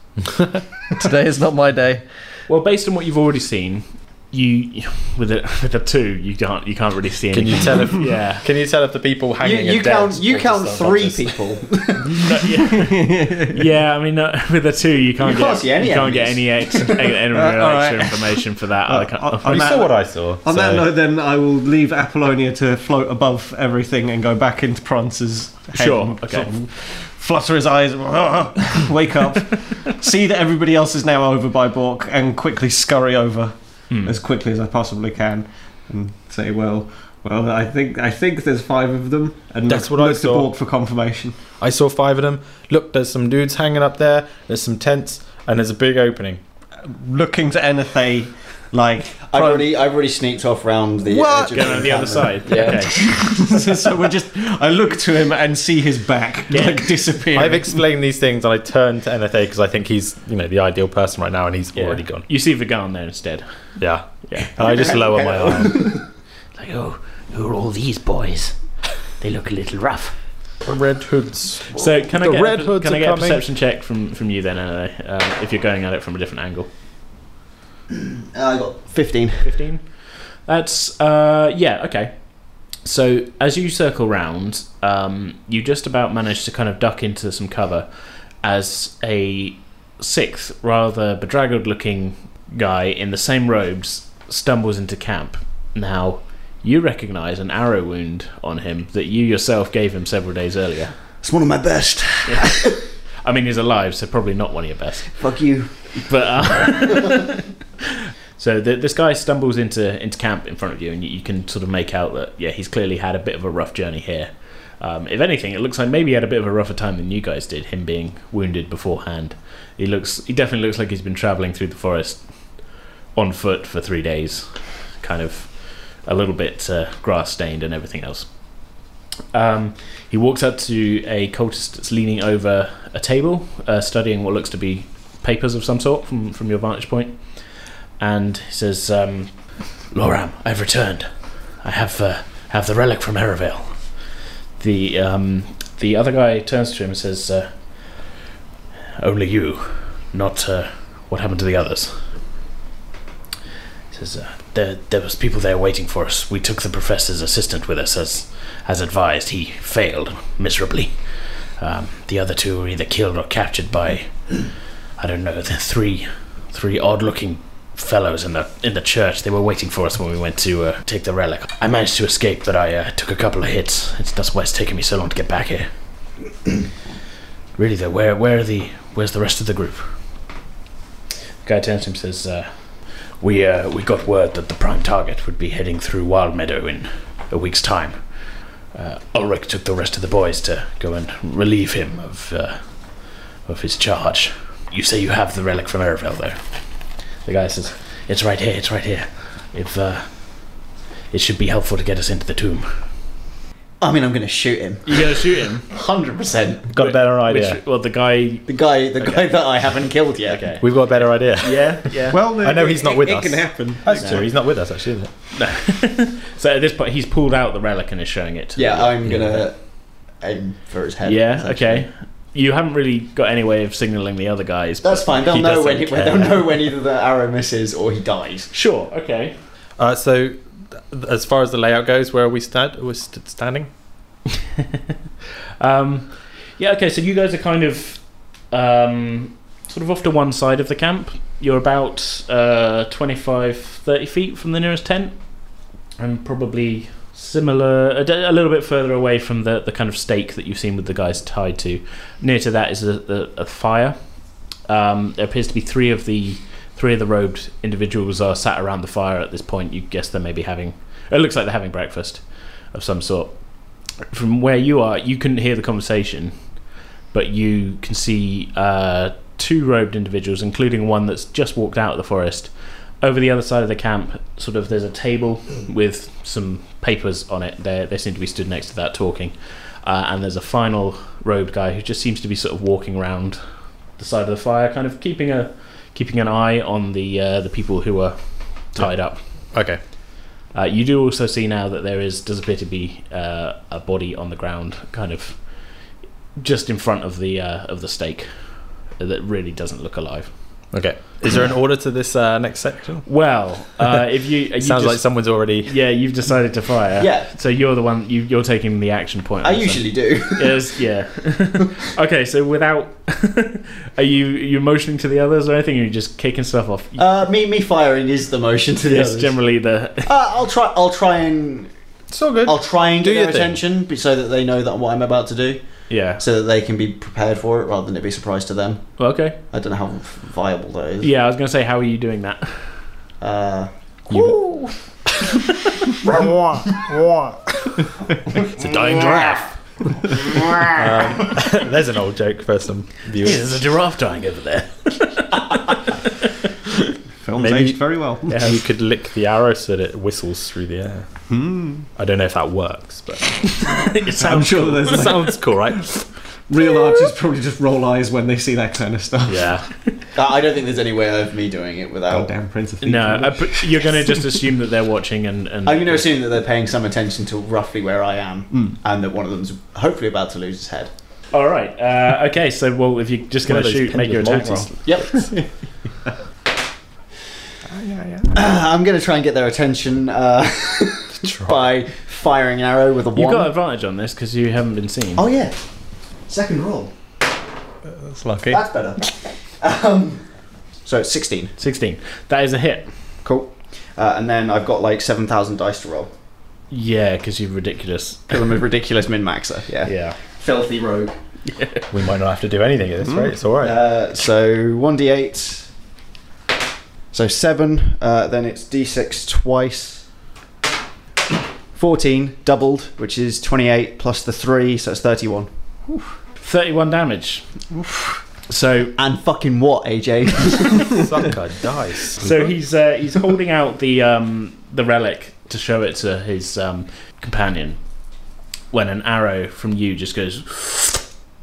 [SPEAKER 2] Today is not my day.
[SPEAKER 1] Well, based on what you've already seen, you with a with a two, you can't you can't really see
[SPEAKER 3] Can
[SPEAKER 1] anything.
[SPEAKER 3] you tell if
[SPEAKER 1] yeah.
[SPEAKER 3] Can you tell if the people
[SPEAKER 5] You,
[SPEAKER 3] hanging?
[SPEAKER 5] you
[SPEAKER 3] are dead
[SPEAKER 5] count. You
[SPEAKER 3] or
[SPEAKER 5] count
[SPEAKER 3] just
[SPEAKER 5] three
[SPEAKER 3] unconscious?
[SPEAKER 5] people.
[SPEAKER 1] No, yeah. yeah, I mean, uh, with a two, you can't,
[SPEAKER 5] You can't
[SPEAKER 1] get
[SPEAKER 5] see any
[SPEAKER 1] you can't get
[SPEAKER 5] enemies.
[SPEAKER 1] any ex- any
[SPEAKER 2] Uh, all right.
[SPEAKER 1] extra information for that.
[SPEAKER 2] Uh,
[SPEAKER 1] oh, I can't-
[SPEAKER 2] uh,
[SPEAKER 3] You
[SPEAKER 2] On
[SPEAKER 3] saw
[SPEAKER 2] that-
[SPEAKER 3] what I saw.
[SPEAKER 2] On
[SPEAKER 3] so-
[SPEAKER 2] that note, then I will leave Apollonia to float above everything and go back into Prance's head.
[SPEAKER 1] Sure,
[SPEAKER 2] and
[SPEAKER 1] okay.
[SPEAKER 2] of flutter his eyes, wake up, see that everybody else is now over by Bork, and quickly scurry over
[SPEAKER 1] Hmm.
[SPEAKER 2] as quickly as I possibly can, and say, "Well, well, I think I think there's five of them." And
[SPEAKER 3] That's
[SPEAKER 2] look,
[SPEAKER 3] what I
[SPEAKER 2] look to
[SPEAKER 3] saw.
[SPEAKER 2] Bork for confirmation.
[SPEAKER 3] I saw five of them. Look, there's some dudes hanging up there. There's some tents, and there's a big opening.
[SPEAKER 2] Looking to Enethay, like
[SPEAKER 5] I've already. I've already sneaked off round the.
[SPEAKER 2] What?
[SPEAKER 5] edge of
[SPEAKER 1] Going on the other
[SPEAKER 5] encampment.
[SPEAKER 1] side.
[SPEAKER 5] Yeah.
[SPEAKER 1] Okay.
[SPEAKER 2] so we're just. I look to him and see his back
[SPEAKER 1] Yeah.
[SPEAKER 2] like disappear.
[SPEAKER 3] I've explained these things, and I turned to NFA because I think he's, you know, the ideal person right now, and he's
[SPEAKER 1] Yeah.
[SPEAKER 3] already gone.
[SPEAKER 1] You see Vigan there instead.
[SPEAKER 3] Yeah,
[SPEAKER 1] Yeah.
[SPEAKER 3] And I just lower my arm.
[SPEAKER 8] Like, oh, who are all these boys? They look a little rough.
[SPEAKER 3] Red hoods.
[SPEAKER 1] So can I
[SPEAKER 3] The
[SPEAKER 1] get
[SPEAKER 3] Red
[SPEAKER 1] a,
[SPEAKER 3] Hoods
[SPEAKER 1] can I
[SPEAKER 3] are
[SPEAKER 1] get a
[SPEAKER 3] coming.
[SPEAKER 1] perception check from, from you then, Anna, uh, if you're going at it from a different angle?
[SPEAKER 5] Uh, I got fifteen.
[SPEAKER 1] Fifteen. That's uh, yeah okay. So as you circle round, um, you just about manage to kind of duck into some cover as a sixth, rather bedraggled-looking guy in the same robes stumbles into camp. Now. You recognise an arrow wound on him that you yourself gave him several days earlier.
[SPEAKER 5] It's one of my best.
[SPEAKER 1] I mean, he's alive, so probably not one of your best.
[SPEAKER 5] Fuck you.
[SPEAKER 1] But uh, so th this guy stumbles into into camp in front of you, and you, you can sort of make out that yeah, he's clearly had a bit of a rough journey here. Um, if anything, it looks like maybe he had a bit of a rougher time than you guys did. Him being wounded beforehand, he looks he definitely looks like he's been traveling through the forest on foot for three days, kind of a little bit uh, grass stained and everything else. Um, he walks up to a cultist that's leaning over a table, uh, studying what looks to be papers of some sort from, from your vantage point, and he says, um, "Loram, I've returned. I have uh, have the relic from Erevel." The um, the other guy turns to him and says, uh, "Only you, not uh, what happened to the others." He says, uh, "There there was people there waiting for us. We took the professor's assistant with us as as advised. He failed miserably." Um, the other two were either killed or captured by I don't know, the three, three odd-looking fellows in the in the church. They were waiting for us when we went to uh, take the relic. I managed to escape, but I uh, took a couple of hits. It's, that's why it's taken me so long to get back here. really, though, where where are the where's the rest of the group? The guy turns to him and says, uh, "We uh, we got word that the prime target would be heading through Wild Meadow in a week's time." Uh, Ulrich took the rest of the boys to go and relieve him of uh, of his charge. You say you have the relic from Erevel, though. The guy says, "It's right here. It's right here. If uh, it should be helpful to get us into the tomb."
[SPEAKER 5] I mean, I'm going to shoot him.
[SPEAKER 1] You're going to shoot him.
[SPEAKER 5] Hundred percent.
[SPEAKER 3] Got a better
[SPEAKER 1] Which,
[SPEAKER 3] idea.
[SPEAKER 1] well, the guy.
[SPEAKER 5] The guy, the guy that I haven't killed yet.
[SPEAKER 1] Okay.
[SPEAKER 3] We've got a better idea.
[SPEAKER 1] Yeah, yeah.
[SPEAKER 7] Well,
[SPEAKER 3] I know he's not with
[SPEAKER 7] it,
[SPEAKER 3] us.
[SPEAKER 7] It can happen.
[SPEAKER 3] That's true. He's not with us actually. Is it?
[SPEAKER 1] so at this point, he's pulled out the relic and is showing it to
[SPEAKER 5] Yeah, I'm gonna aim for his
[SPEAKER 1] the.
[SPEAKER 5] head.
[SPEAKER 1] Yeah,
[SPEAKER 5] essentially.
[SPEAKER 1] okay. You haven't really got any way of signaling the other guys.
[SPEAKER 5] That's
[SPEAKER 1] but
[SPEAKER 5] fine. They'll
[SPEAKER 1] he
[SPEAKER 5] know
[SPEAKER 1] doesn't
[SPEAKER 5] when he,
[SPEAKER 1] care.
[SPEAKER 5] they'll know when either the arrow misses or he dies.
[SPEAKER 1] Sure, okay.
[SPEAKER 3] Uh, so, th- as far as the layout goes, where are we stand? We're st- standing.
[SPEAKER 1] Um, yeah, okay, so you guys are kind of um, sort of off to one side of the camp. You're about uh, 25, 30 feet from the nearest tent, and probably similar, a, d- a little bit further away from the, the kind of stake that you've seen with the guys tied to. Near to that is a, a, a fire. Um, there appears to be three of the three of the robed individuals are sat around the fire at this point. You guess they may be having. It looks like they're having breakfast of some sort from where you are, you couldn't hear the conversation, but you can see uh, two robed individuals, including one that's just walked out of the forest. Over the other side of the camp, sort of, there's a table with some papers on it. They they seem to be stood next to that talking, uh, and there's a final robed guy who just seems to be sort of walking around the side of the fire, kind of keeping a keeping an eye on the uh, the people who are tied up.
[SPEAKER 3] Okay.
[SPEAKER 1] Uh, you do also see now that there is does appear to be uh, a body on the ground, kind of just in front of the uh, of the stake, that really doesn't look alive.
[SPEAKER 3] Okay. Is there an order to this uh, next section?
[SPEAKER 1] Well, uh, if you, you
[SPEAKER 3] Sounds like
[SPEAKER 1] just-
[SPEAKER 3] someone's already.
[SPEAKER 1] yeah, you've decided to fire.
[SPEAKER 5] Yeah.
[SPEAKER 1] So you're the one you, you're taking the action point.
[SPEAKER 5] I
[SPEAKER 1] on this
[SPEAKER 5] usually do.
[SPEAKER 1] one. Yes, yeah. okay, so without are you are you motioning to the others or anything? Or are you just kicking stuff off?
[SPEAKER 5] Uh, me, me firing is the motion to the
[SPEAKER 1] it's
[SPEAKER 5] others.
[SPEAKER 1] generally the
[SPEAKER 5] Uh, I'll try. I'll try and
[SPEAKER 3] It's all good.
[SPEAKER 5] I'll try and
[SPEAKER 3] Do
[SPEAKER 5] get their
[SPEAKER 3] your thing.
[SPEAKER 5] attention be- so that they know that what I'm about to do,
[SPEAKER 1] yeah.
[SPEAKER 5] so that they can be prepared for it rather than it be a surprise to them.
[SPEAKER 1] Okay.
[SPEAKER 5] I don't know how viable that is.
[SPEAKER 1] Yeah, I was gonna say, how are you doing that?
[SPEAKER 5] Uh,
[SPEAKER 1] It's a dying giraffe.
[SPEAKER 3] There's an old joke for some
[SPEAKER 1] Yeah,
[SPEAKER 3] viewers.
[SPEAKER 1] there's a giraffe dying over there.
[SPEAKER 7] Film's
[SPEAKER 3] Maybe-
[SPEAKER 7] aged very well.
[SPEAKER 3] You could lick the arrow so that it whistles through the air.
[SPEAKER 1] Hmm.
[SPEAKER 3] I don't know if that works, but
[SPEAKER 1] it
[SPEAKER 7] I'm
[SPEAKER 1] sounds
[SPEAKER 7] sure that there's
[SPEAKER 3] it
[SPEAKER 7] like,
[SPEAKER 3] sounds cool, right?
[SPEAKER 7] real artists probably just roll eyes when they see that kind of stuff.
[SPEAKER 3] Yeah.
[SPEAKER 5] I I don't think there's any way of me doing it without.
[SPEAKER 7] Goddamn Prince of Thieves.
[SPEAKER 1] no. I pr- uh, you're going to just assume that they're watching and and
[SPEAKER 5] I'm going to assume that they're paying some attention to roughly where I am, and that one of them's hopefully about to lose his head.
[SPEAKER 1] all right. Uh, okay. So well, if you're just going to shoot, make your attack roll.
[SPEAKER 5] Yep. I'm going to try and get their attention uh, by firing an arrow with a
[SPEAKER 1] You've
[SPEAKER 5] one.
[SPEAKER 1] got advantage on this because you haven't been seen.
[SPEAKER 5] oh yeah, second roll.
[SPEAKER 3] That's lucky.
[SPEAKER 5] That's better. um, so it's 16.
[SPEAKER 1] Sixteen. That is a hit.
[SPEAKER 5] Cool. Uh, and then I've got like 7,000 dice to roll.
[SPEAKER 1] Yeah, because you're ridiculous.
[SPEAKER 5] Because I'm a ridiculous min maxer. Yeah.
[SPEAKER 1] Yeah.
[SPEAKER 5] Filthy rogue.
[SPEAKER 3] We might not have to do anything at this rate. It's all right.
[SPEAKER 5] Uh, so 1d8. So 7. Uh, then it's d6 twice. 14 doubled, which is 28 plus the 3, so it's 31.
[SPEAKER 1] Thirty-one damage. So
[SPEAKER 5] And fucking what, AJ?
[SPEAKER 3] Suck a dice.
[SPEAKER 1] so he's uh, he's holding out the um, the relic to show it to his um, companion when an arrow from you just goes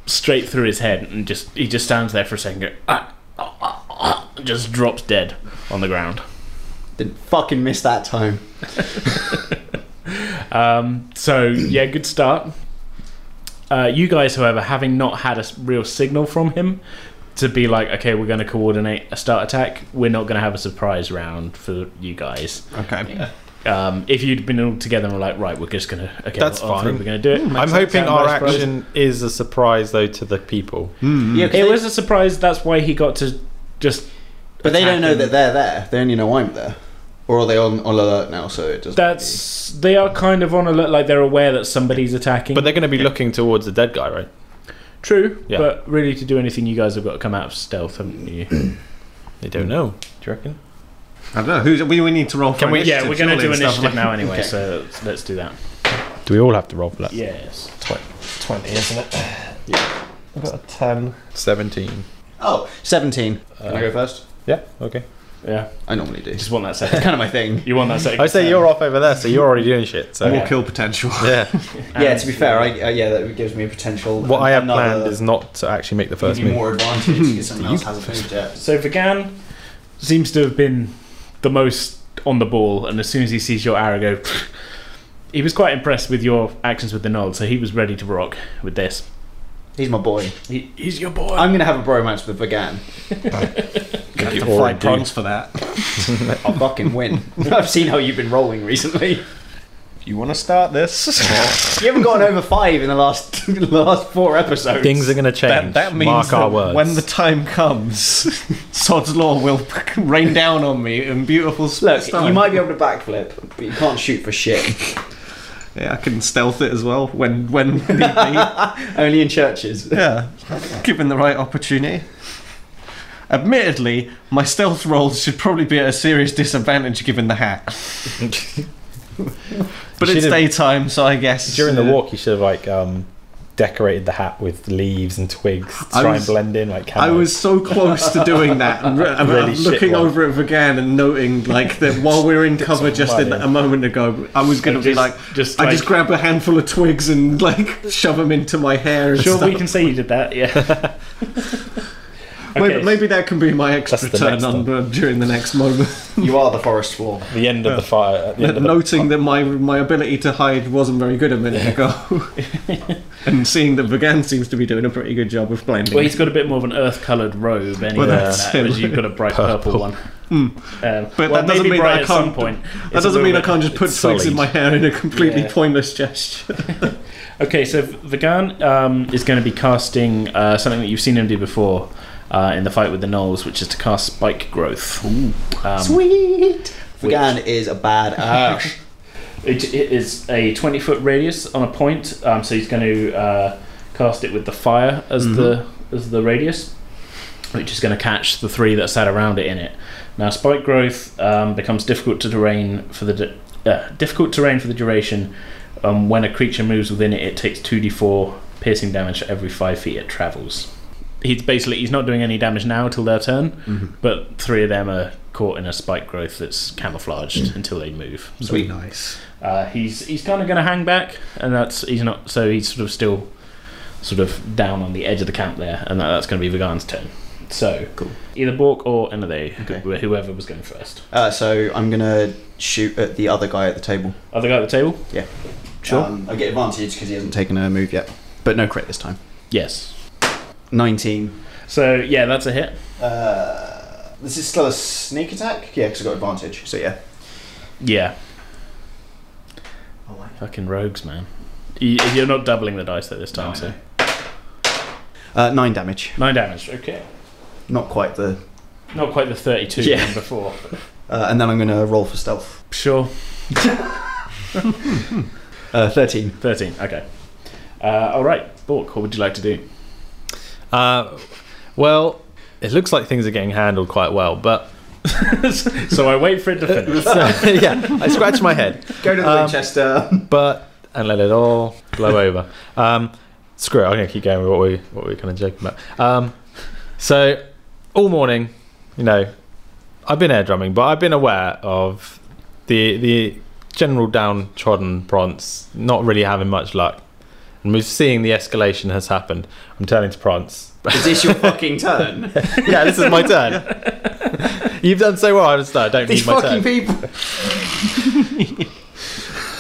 [SPEAKER 1] straight through his head and just he just stands there for a second go, ah, ah, ah, ah," and just drops dead on the ground
[SPEAKER 5] Didn't fucking miss that time.
[SPEAKER 1] um, so yeah good start uh, you guys however having not had a s- real signal from him to be like okay we're going to coordinate a start attack we're not going to have a surprise round for you guys
[SPEAKER 7] Okay.
[SPEAKER 1] um, if you'd been all together and were like, right, we're just gonna okay,
[SPEAKER 3] That's
[SPEAKER 1] on three,
[SPEAKER 3] fine. Mm.
[SPEAKER 1] We're gonna do it.
[SPEAKER 3] I'm hoping
[SPEAKER 1] Sound
[SPEAKER 3] our
[SPEAKER 1] nice, bro?
[SPEAKER 3] action is a surprise, though, to the people.
[SPEAKER 7] Hmm.
[SPEAKER 5] Yeah, 'cause
[SPEAKER 1] It
[SPEAKER 5] they-
[SPEAKER 1] was a surprise. That's why he got to just.
[SPEAKER 5] but they don't know that
[SPEAKER 1] attacking.
[SPEAKER 5] they're there. They only know I'm there. Or are they on, on alert now, so it doesn't.
[SPEAKER 1] That's they are kind of on a look like they're aware that somebody's attacking.
[SPEAKER 3] But they're going to be looking towards the dead guy, right?
[SPEAKER 1] true.
[SPEAKER 3] Yeah.
[SPEAKER 1] But really, to do anything, you guys have got to come out of stealth, haven't you?
[SPEAKER 3] They don't know. Hmm. Do you reckon?
[SPEAKER 7] I don't know. Who's, we, we need to roll for
[SPEAKER 3] Can we-
[SPEAKER 7] initiative,
[SPEAKER 1] yeah, we're gonna
[SPEAKER 7] surely,
[SPEAKER 1] do
[SPEAKER 7] and stuff
[SPEAKER 1] initiative
[SPEAKER 7] like-
[SPEAKER 1] now anyway,
[SPEAKER 5] Okay.
[SPEAKER 1] so let's, let's do that.
[SPEAKER 3] Do we all have to roll for that?
[SPEAKER 1] Yes.
[SPEAKER 2] 20, isn't it? Yeah. I've got a 10.
[SPEAKER 3] 17. Uh,
[SPEAKER 5] Oh, 17. Can I go first?
[SPEAKER 3] Yeah, okay.
[SPEAKER 1] Yeah.
[SPEAKER 5] I normally do.
[SPEAKER 1] Just want that
[SPEAKER 5] It's
[SPEAKER 1] second.
[SPEAKER 5] kind of my thing.
[SPEAKER 1] You want that second.
[SPEAKER 3] I say you're off over there, so you're already doing shit. So
[SPEAKER 5] More
[SPEAKER 3] yeah,
[SPEAKER 5] kill potential. yeah,
[SPEAKER 1] And-
[SPEAKER 5] to be fair, I, uh, yeah, that gives me a potential.
[SPEAKER 3] what I have
[SPEAKER 5] another-
[SPEAKER 3] planned is not to actually make the first
[SPEAKER 5] give me
[SPEAKER 3] move.
[SPEAKER 5] more advantage because someone else hasn't moved yet.
[SPEAKER 1] So Vagan seems to have been the most on the ball, and as soon as he sees your arrow go, he was quite impressed with your actions with the nod, so he was ready to rock with this.
[SPEAKER 5] He's my boy.
[SPEAKER 1] He, he's your boy.
[SPEAKER 5] I'm gonna have a bromance with Vagan.
[SPEAKER 3] If you
[SPEAKER 2] to
[SPEAKER 3] already
[SPEAKER 2] fight
[SPEAKER 3] do.
[SPEAKER 2] bronze for that.
[SPEAKER 5] I'll fucking win. I've seen how you've been rolling recently.
[SPEAKER 2] If you want to start this,
[SPEAKER 5] You haven't gotten over five in the last the last four episodes.
[SPEAKER 3] Things are going to
[SPEAKER 2] that,
[SPEAKER 3] change.
[SPEAKER 2] that means
[SPEAKER 3] Mark our
[SPEAKER 2] that
[SPEAKER 3] words.
[SPEAKER 2] when the time comes, Sod's Law will rain down on me in beautiful
[SPEAKER 5] Look,
[SPEAKER 2] spells.
[SPEAKER 5] you might be able to backflip, but you can't shoot for shit.
[SPEAKER 2] Yeah, I can stealth it as well when when need be.
[SPEAKER 5] Only in churches.
[SPEAKER 2] Yeah, given the right opportunity. Admittedly, my stealth rolls should probably be at a serious disadvantage given the hat. but
[SPEAKER 3] You
[SPEAKER 2] it's
[SPEAKER 3] should've-
[SPEAKER 2] daytime, so I guess
[SPEAKER 3] during the
[SPEAKER 2] uh,
[SPEAKER 3] walk, you should have like um, decorated the hat with leaves and twigs to
[SPEAKER 2] I
[SPEAKER 3] try and
[SPEAKER 2] was-
[SPEAKER 3] blend in like.
[SPEAKER 2] I
[SPEAKER 3] camo.
[SPEAKER 2] was so close to doing that, and re- and
[SPEAKER 3] Really
[SPEAKER 2] I'm
[SPEAKER 3] shit
[SPEAKER 2] looking
[SPEAKER 3] one.
[SPEAKER 2] over at Vagan and noting like that while we were in cover
[SPEAKER 3] some
[SPEAKER 2] just in
[SPEAKER 3] money.
[SPEAKER 2] a moment ago, I was going to be
[SPEAKER 1] Just-
[SPEAKER 2] like,
[SPEAKER 1] just
[SPEAKER 2] I
[SPEAKER 1] like-
[SPEAKER 2] just grab a handful of twigs and like shove them into my hair. And
[SPEAKER 1] sure
[SPEAKER 2] stuff.
[SPEAKER 1] we can say you did that. Yeah.
[SPEAKER 2] maybe,
[SPEAKER 1] Okay.
[SPEAKER 2] maybe that can be my extra
[SPEAKER 3] the
[SPEAKER 2] turn
[SPEAKER 3] next
[SPEAKER 2] on uh, during the next moment.
[SPEAKER 5] You are the forest floor.
[SPEAKER 3] the end of the fire. At the end of the,
[SPEAKER 2] noting that my my ability to hide wasn't very good a minute ago, and seeing that Vagan seems to be doing a pretty good job of blending.
[SPEAKER 1] Well, he's got a bit more of an earth-coloured robe anyway,
[SPEAKER 2] Well,
[SPEAKER 1] than
[SPEAKER 2] that's
[SPEAKER 1] that,
[SPEAKER 2] him.
[SPEAKER 1] whereas you've got a bright purple, one. Um,
[SPEAKER 2] But
[SPEAKER 1] well,
[SPEAKER 2] that doesn't
[SPEAKER 1] maybe
[SPEAKER 2] mean
[SPEAKER 1] bright
[SPEAKER 2] I
[SPEAKER 1] at some
[SPEAKER 2] can't-
[SPEAKER 1] point.
[SPEAKER 2] that doesn't mean I can't just put
[SPEAKER 3] it's
[SPEAKER 2] twigs in
[SPEAKER 3] solid.
[SPEAKER 2] my hair in a completely
[SPEAKER 1] Yeah.
[SPEAKER 2] pointless gesture.
[SPEAKER 1] Okay, so Vagan um, is going to be casting uh, something that you've seen him do before uh, in the fight with the Knolls, which is to cast Spike Growth. Um,
[SPEAKER 5] Sweet. Vagan is a bad ash.
[SPEAKER 1] It, it is a 20 foot radius on a point, um, so he's going to uh, cast it with the fire as the as the radius, which is going to catch the three that sat around it in it. Now, spike growth um, becomes difficult to terrain for the du- uh, difficult terrain for the duration. Um, when a creature moves within it, it takes 2d4 piercing damage for every five feet it travels. He's basically he's not doing any damage now till their turn, but three of them are caught in a spike growth that's camouflaged until they move. So
[SPEAKER 2] Sweet, nice.
[SPEAKER 1] uh, he's he's kind of going to hang back, and that's he's not. So he's sort of still, sort of down on the edge of the camp there, and that, that's going to be Vagan's turn. So
[SPEAKER 5] Cool.
[SPEAKER 1] either Bork or and they,
[SPEAKER 5] Okay.
[SPEAKER 1] wh- whoever was going first.
[SPEAKER 5] Uh, so I'm gonna shoot at the other guy at the table.
[SPEAKER 1] Other guy at the table.
[SPEAKER 5] Yeah.
[SPEAKER 1] Sure.
[SPEAKER 5] Um, I get advantage because he hasn't taken a move yet, but no crit this time.
[SPEAKER 1] yes.
[SPEAKER 5] Nineteen.
[SPEAKER 1] So yeah, that's a hit.
[SPEAKER 5] Uh, this is still a sneak attack. Yeah, because I got advantage. So yeah.
[SPEAKER 1] Yeah.
[SPEAKER 5] Oh, wow.
[SPEAKER 1] Fucking rogues, man. You, you're not doubling the dice though this time, so
[SPEAKER 5] Uh, nine damage.
[SPEAKER 1] nine damage. Okay.
[SPEAKER 5] Not quite the.
[SPEAKER 1] Not quite the thirty-two
[SPEAKER 5] Yeah.
[SPEAKER 1] from before.
[SPEAKER 5] Uh, and then I'm gonna roll for stealth.
[SPEAKER 1] Sure.
[SPEAKER 5] Uh, Thirteen.
[SPEAKER 1] Thirteen. Okay. Uh, all right, Bork. What would you like to do?
[SPEAKER 3] Uh, well, it looks like things are getting handled quite well, but
[SPEAKER 1] so I wait for it to finish.
[SPEAKER 3] so, yeah, I scratch my head,
[SPEAKER 5] Go to the
[SPEAKER 3] Um,
[SPEAKER 5] Winchester.
[SPEAKER 3] but and let it all blow over. Um, screw it, I'm gonna keep going with what we what we kind of joking about. Um, so all morning, you know, I've been air drumming, but I've been aware of the the general downtrodden Prance not really having much luck, and we're seeing the escalation has happened. I'm turning to Prance.
[SPEAKER 5] Is this your fucking turn?
[SPEAKER 3] yeah, this is my turn. You've done so well, I just I don't
[SPEAKER 5] These
[SPEAKER 3] need my turn.
[SPEAKER 5] fucking people.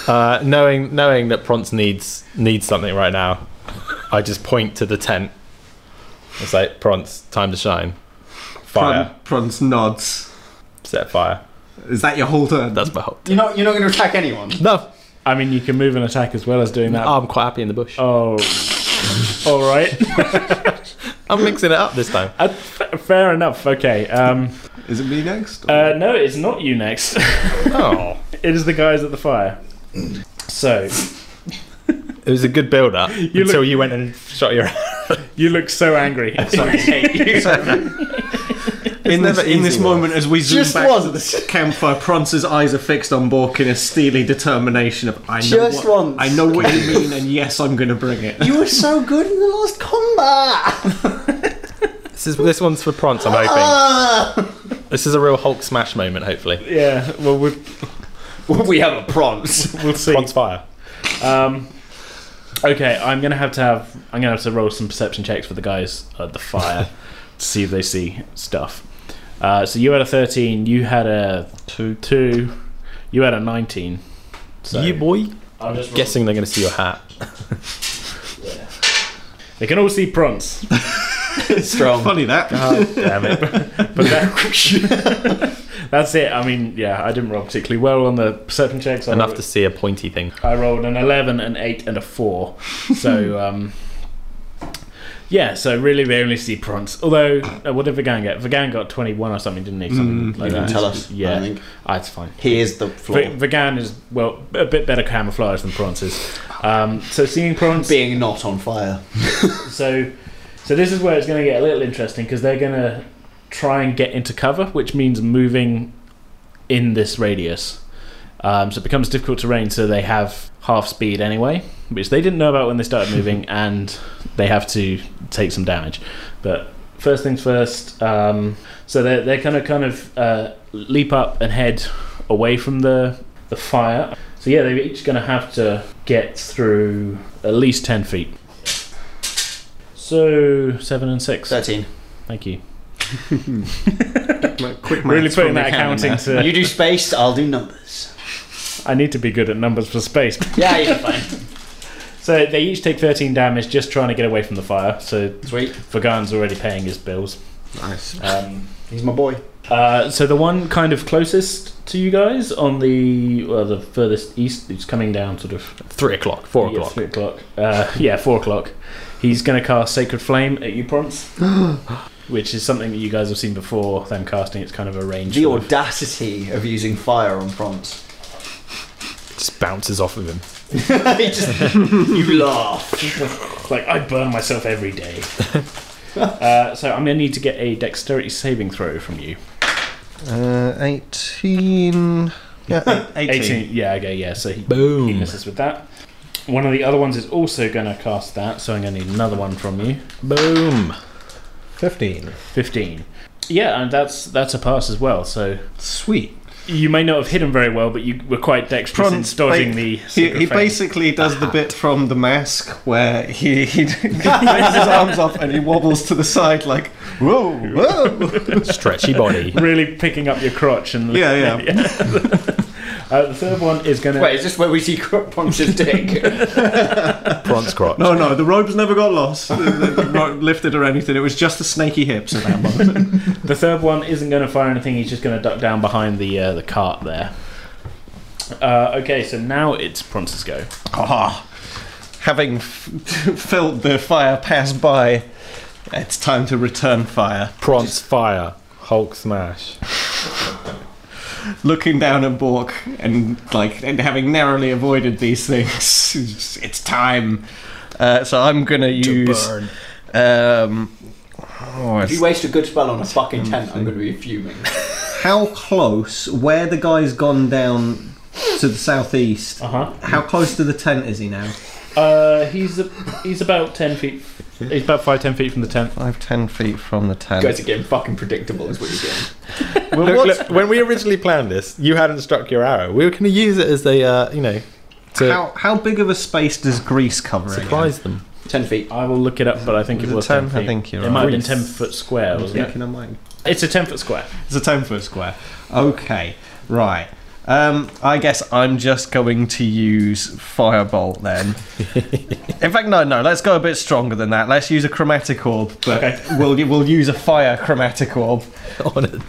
[SPEAKER 3] Uh, knowing knowing that Prance needs needs something right now, I just point to the tent. It's like Prance, time to shine. Fire,
[SPEAKER 2] Prun, Prun's nods.
[SPEAKER 3] set fire.
[SPEAKER 2] Is that your whole turn?
[SPEAKER 3] That's my whole.
[SPEAKER 5] You're not. You're not going to attack anyone.
[SPEAKER 3] No,
[SPEAKER 1] I mean, you can move an attack as well as doing that.
[SPEAKER 3] I'm quite happy in the bush.
[SPEAKER 1] Oh, all right.
[SPEAKER 3] I'm mixing it up this time.
[SPEAKER 1] Uh, f- fair enough. Okay. Um,
[SPEAKER 2] Is it me next?
[SPEAKER 1] uh, no, it's not you next.
[SPEAKER 3] Oh,
[SPEAKER 1] it is the guys at the fire. So
[SPEAKER 3] it was a good build up until you went and shot your.
[SPEAKER 1] you look so angry.
[SPEAKER 2] in this,
[SPEAKER 3] never
[SPEAKER 2] in this
[SPEAKER 3] easy
[SPEAKER 2] moment, as we zoom
[SPEAKER 5] Just
[SPEAKER 2] back
[SPEAKER 5] one.
[SPEAKER 2] to the campfire, Prance's eyes are fixed on Bork in a steely determination of I know
[SPEAKER 5] Just
[SPEAKER 2] what
[SPEAKER 5] once.
[SPEAKER 2] I know what you mean, and yes, I'm going to bring it.
[SPEAKER 5] You were so good in the last combat.
[SPEAKER 3] This is this one's for Prance. I'm hoping. Ah! This is a real Hulk smash moment. Hopefully,
[SPEAKER 1] Yeah, well, we
[SPEAKER 9] we have a prompt.
[SPEAKER 1] we'll see.
[SPEAKER 3] Bronze fire.
[SPEAKER 1] Um, okay, I'm gonna have to have I'm gonna have to roll some perception checks for the guys at the fire to see if they see stuff. Uh, so you had a 13, you had a two, two, you had a 19. So
[SPEAKER 3] You boy.
[SPEAKER 1] I'm just
[SPEAKER 3] Guessing they're going to see your hat.
[SPEAKER 1] They can all see Prance,
[SPEAKER 3] Strong.
[SPEAKER 5] Funny that.
[SPEAKER 3] Oh, Damn it.
[SPEAKER 1] but that- that's it. I mean, yeah, I didn't roll particularly well on the perception checks. I
[SPEAKER 3] Enough
[SPEAKER 1] rolled,
[SPEAKER 3] to see a pointy thing.
[SPEAKER 1] I rolled an 11, an 8, and a 4. So, um, yeah, so really they only see Prance. Although, uh, what did Vagan get? Vagan got 21 or something, didn't he? Something like
[SPEAKER 5] Mm, didn't
[SPEAKER 1] that.
[SPEAKER 5] tell us, I
[SPEAKER 1] Yeah,
[SPEAKER 5] think.
[SPEAKER 1] Ah, it's fine.
[SPEAKER 5] Here's the floor.
[SPEAKER 1] V- Vagan is, well, a bit better camouflage than Prance is. Um, so, seeing Prance.
[SPEAKER 5] Being not on fire.
[SPEAKER 1] So, so this is where it's going to get a little interesting because they're going to try and get into cover, which means moving in this radius. Um, so it becomes difficult terrain. So they have half speed anyway, which they didn't know about when they started moving, and they have to take some damage. But first things first. Um, so they're they're kind of kind of uh, leap up and head away from the the fire. So yeah, they're each going to have to get through at least ten feet. So seven and six.
[SPEAKER 5] 13.
[SPEAKER 1] Thank you.
[SPEAKER 2] Quick
[SPEAKER 1] Really
[SPEAKER 2] maths
[SPEAKER 1] putting
[SPEAKER 2] from the
[SPEAKER 1] that
[SPEAKER 2] accountant
[SPEAKER 1] accounting
[SPEAKER 2] there.
[SPEAKER 1] to.
[SPEAKER 5] You do space, I'll do numbers.
[SPEAKER 1] I need to be good at numbers for space.
[SPEAKER 5] Yeah, you're fine.
[SPEAKER 1] So they each take thirteen damage just trying to get away from the fire. So
[SPEAKER 5] Sweet.
[SPEAKER 1] Vagan's already paying his bills.
[SPEAKER 2] Nice.
[SPEAKER 1] Um,
[SPEAKER 5] He's my boy.
[SPEAKER 1] uh, so the one kind of closest to you guys on the well, the furthest east, who's coming down sort of
[SPEAKER 3] Three o'clock. Four
[SPEAKER 1] yeah,
[SPEAKER 3] o'clock.
[SPEAKER 1] Three o'clock. Uh, yeah, four o'clock. He's going to cast Sacred Flame at you, Prance, which is something that you guys have seen before. Them casting, it's kind of a range.
[SPEAKER 5] The
[SPEAKER 1] sort of-
[SPEAKER 5] audacity of using fire on France.
[SPEAKER 3] Just bounces off of him.
[SPEAKER 5] He just- you laugh.
[SPEAKER 1] like I burn myself every day. uh, so I'm gonna need to get a dexterity saving throw from you.
[SPEAKER 2] Uh, 18. Yeah, 18.
[SPEAKER 1] 18. Yeah. Okay. Yeah. So he, he
[SPEAKER 3] Boom.
[SPEAKER 1] misses with that. One of the other ones is also gonna cast that, so I'm gonna need another one from you.
[SPEAKER 3] Boom.
[SPEAKER 2] 15.
[SPEAKER 1] 15. Yeah, and that's that's a pass as well. So
[SPEAKER 2] Sweet.
[SPEAKER 1] you may not have hidden very well, but you were quite dexterous in
[SPEAKER 2] Prance
[SPEAKER 1] dodging
[SPEAKER 2] ba-
[SPEAKER 1] the.
[SPEAKER 2] He,
[SPEAKER 1] secret
[SPEAKER 2] he
[SPEAKER 1] frame.
[SPEAKER 2] basically does the bit from The Mask where he, he brings his arms up and he wobbles to the side like, whoa, whoa.
[SPEAKER 3] Stretchy body.
[SPEAKER 1] really picking up your crotch and
[SPEAKER 2] Yeah, yeah.
[SPEAKER 1] Uh, the third one is gonna.
[SPEAKER 9] Wait, is this where we see Punch's dick?
[SPEAKER 3] Bronze crotch.
[SPEAKER 2] No, no, the ropes never got lost, the- the rope lifted or anything. It was just the snaky hips of that one.
[SPEAKER 1] The third one isn't going to fire anything. He's just going to duck down behind the uh, the cart there. Uh, okay, so now it's Pronce's go.
[SPEAKER 2] Ah, having f- felt the fire pass by, it's time to return fire.
[SPEAKER 3] Bronze fire. Hulk smash.
[SPEAKER 2] Looking down at Bork and like and having narrowly avoided these things, it's- it's time. Uh, so I'm gonna use. Um, oh,
[SPEAKER 9] If you
[SPEAKER 2] it's-
[SPEAKER 9] waste a good spell on a fucking tent, I'm going to be fuming.
[SPEAKER 5] Um,
[SPEAKER 2] how close? Where the guy's gone down to the southeast?
[SPEAKER 1] Uh-huh.
[SPEAKER 2] How close to the tent is he now?
[SPEAKER 1] Uh He's a, he's about ten feet. He's about five ten feet from the tent.
[SPEAKER 2] Five, ten feet from the tent.
[SPEAKER 9] You guys are getting fucking predictable, is what you're doing.
[SPEAKER 3] look, look, when we originally planned this, you hadn't struck your arrow. We were going to use it as a, uh, you know, to
[SPEAKER 2] How, how big of a space does grease cover? again?
[SPEAKER 3] surprise them.
[SPEAKER 9] 10 feet.
[SPEAKER 1] I will look it up, but I think
[SPEAKER 2] Was
[SPEAKER 1] it,
[SPEAKER 2] it
[SPEAKER 1] was ten.
[SPEAKER 2] 10? I
[SPEAKER 1] feet.
[SPEAKER 2] think you're
[SPEAKER 1] it might have been
[SPEAKER 3] right.
[SPEAKER 1] ten foot square,
[SPEAKER 2] I'm
[SPEAKER 1] wasn't it?
[SPEAKER 2] thinking I might-
[SPEAKER 1] It's a ten foot square.
[SPEAKER 2] It's a 10 foot square. Okay, right. Um, I guess I'm just going to use Firebolt then. In fact, no, no, let's go a bit stronger than that. Let's use a Chromatic Orb, but we'll, we'll use a Fire Chromatic Orb,
[SPEAKER 3] On it.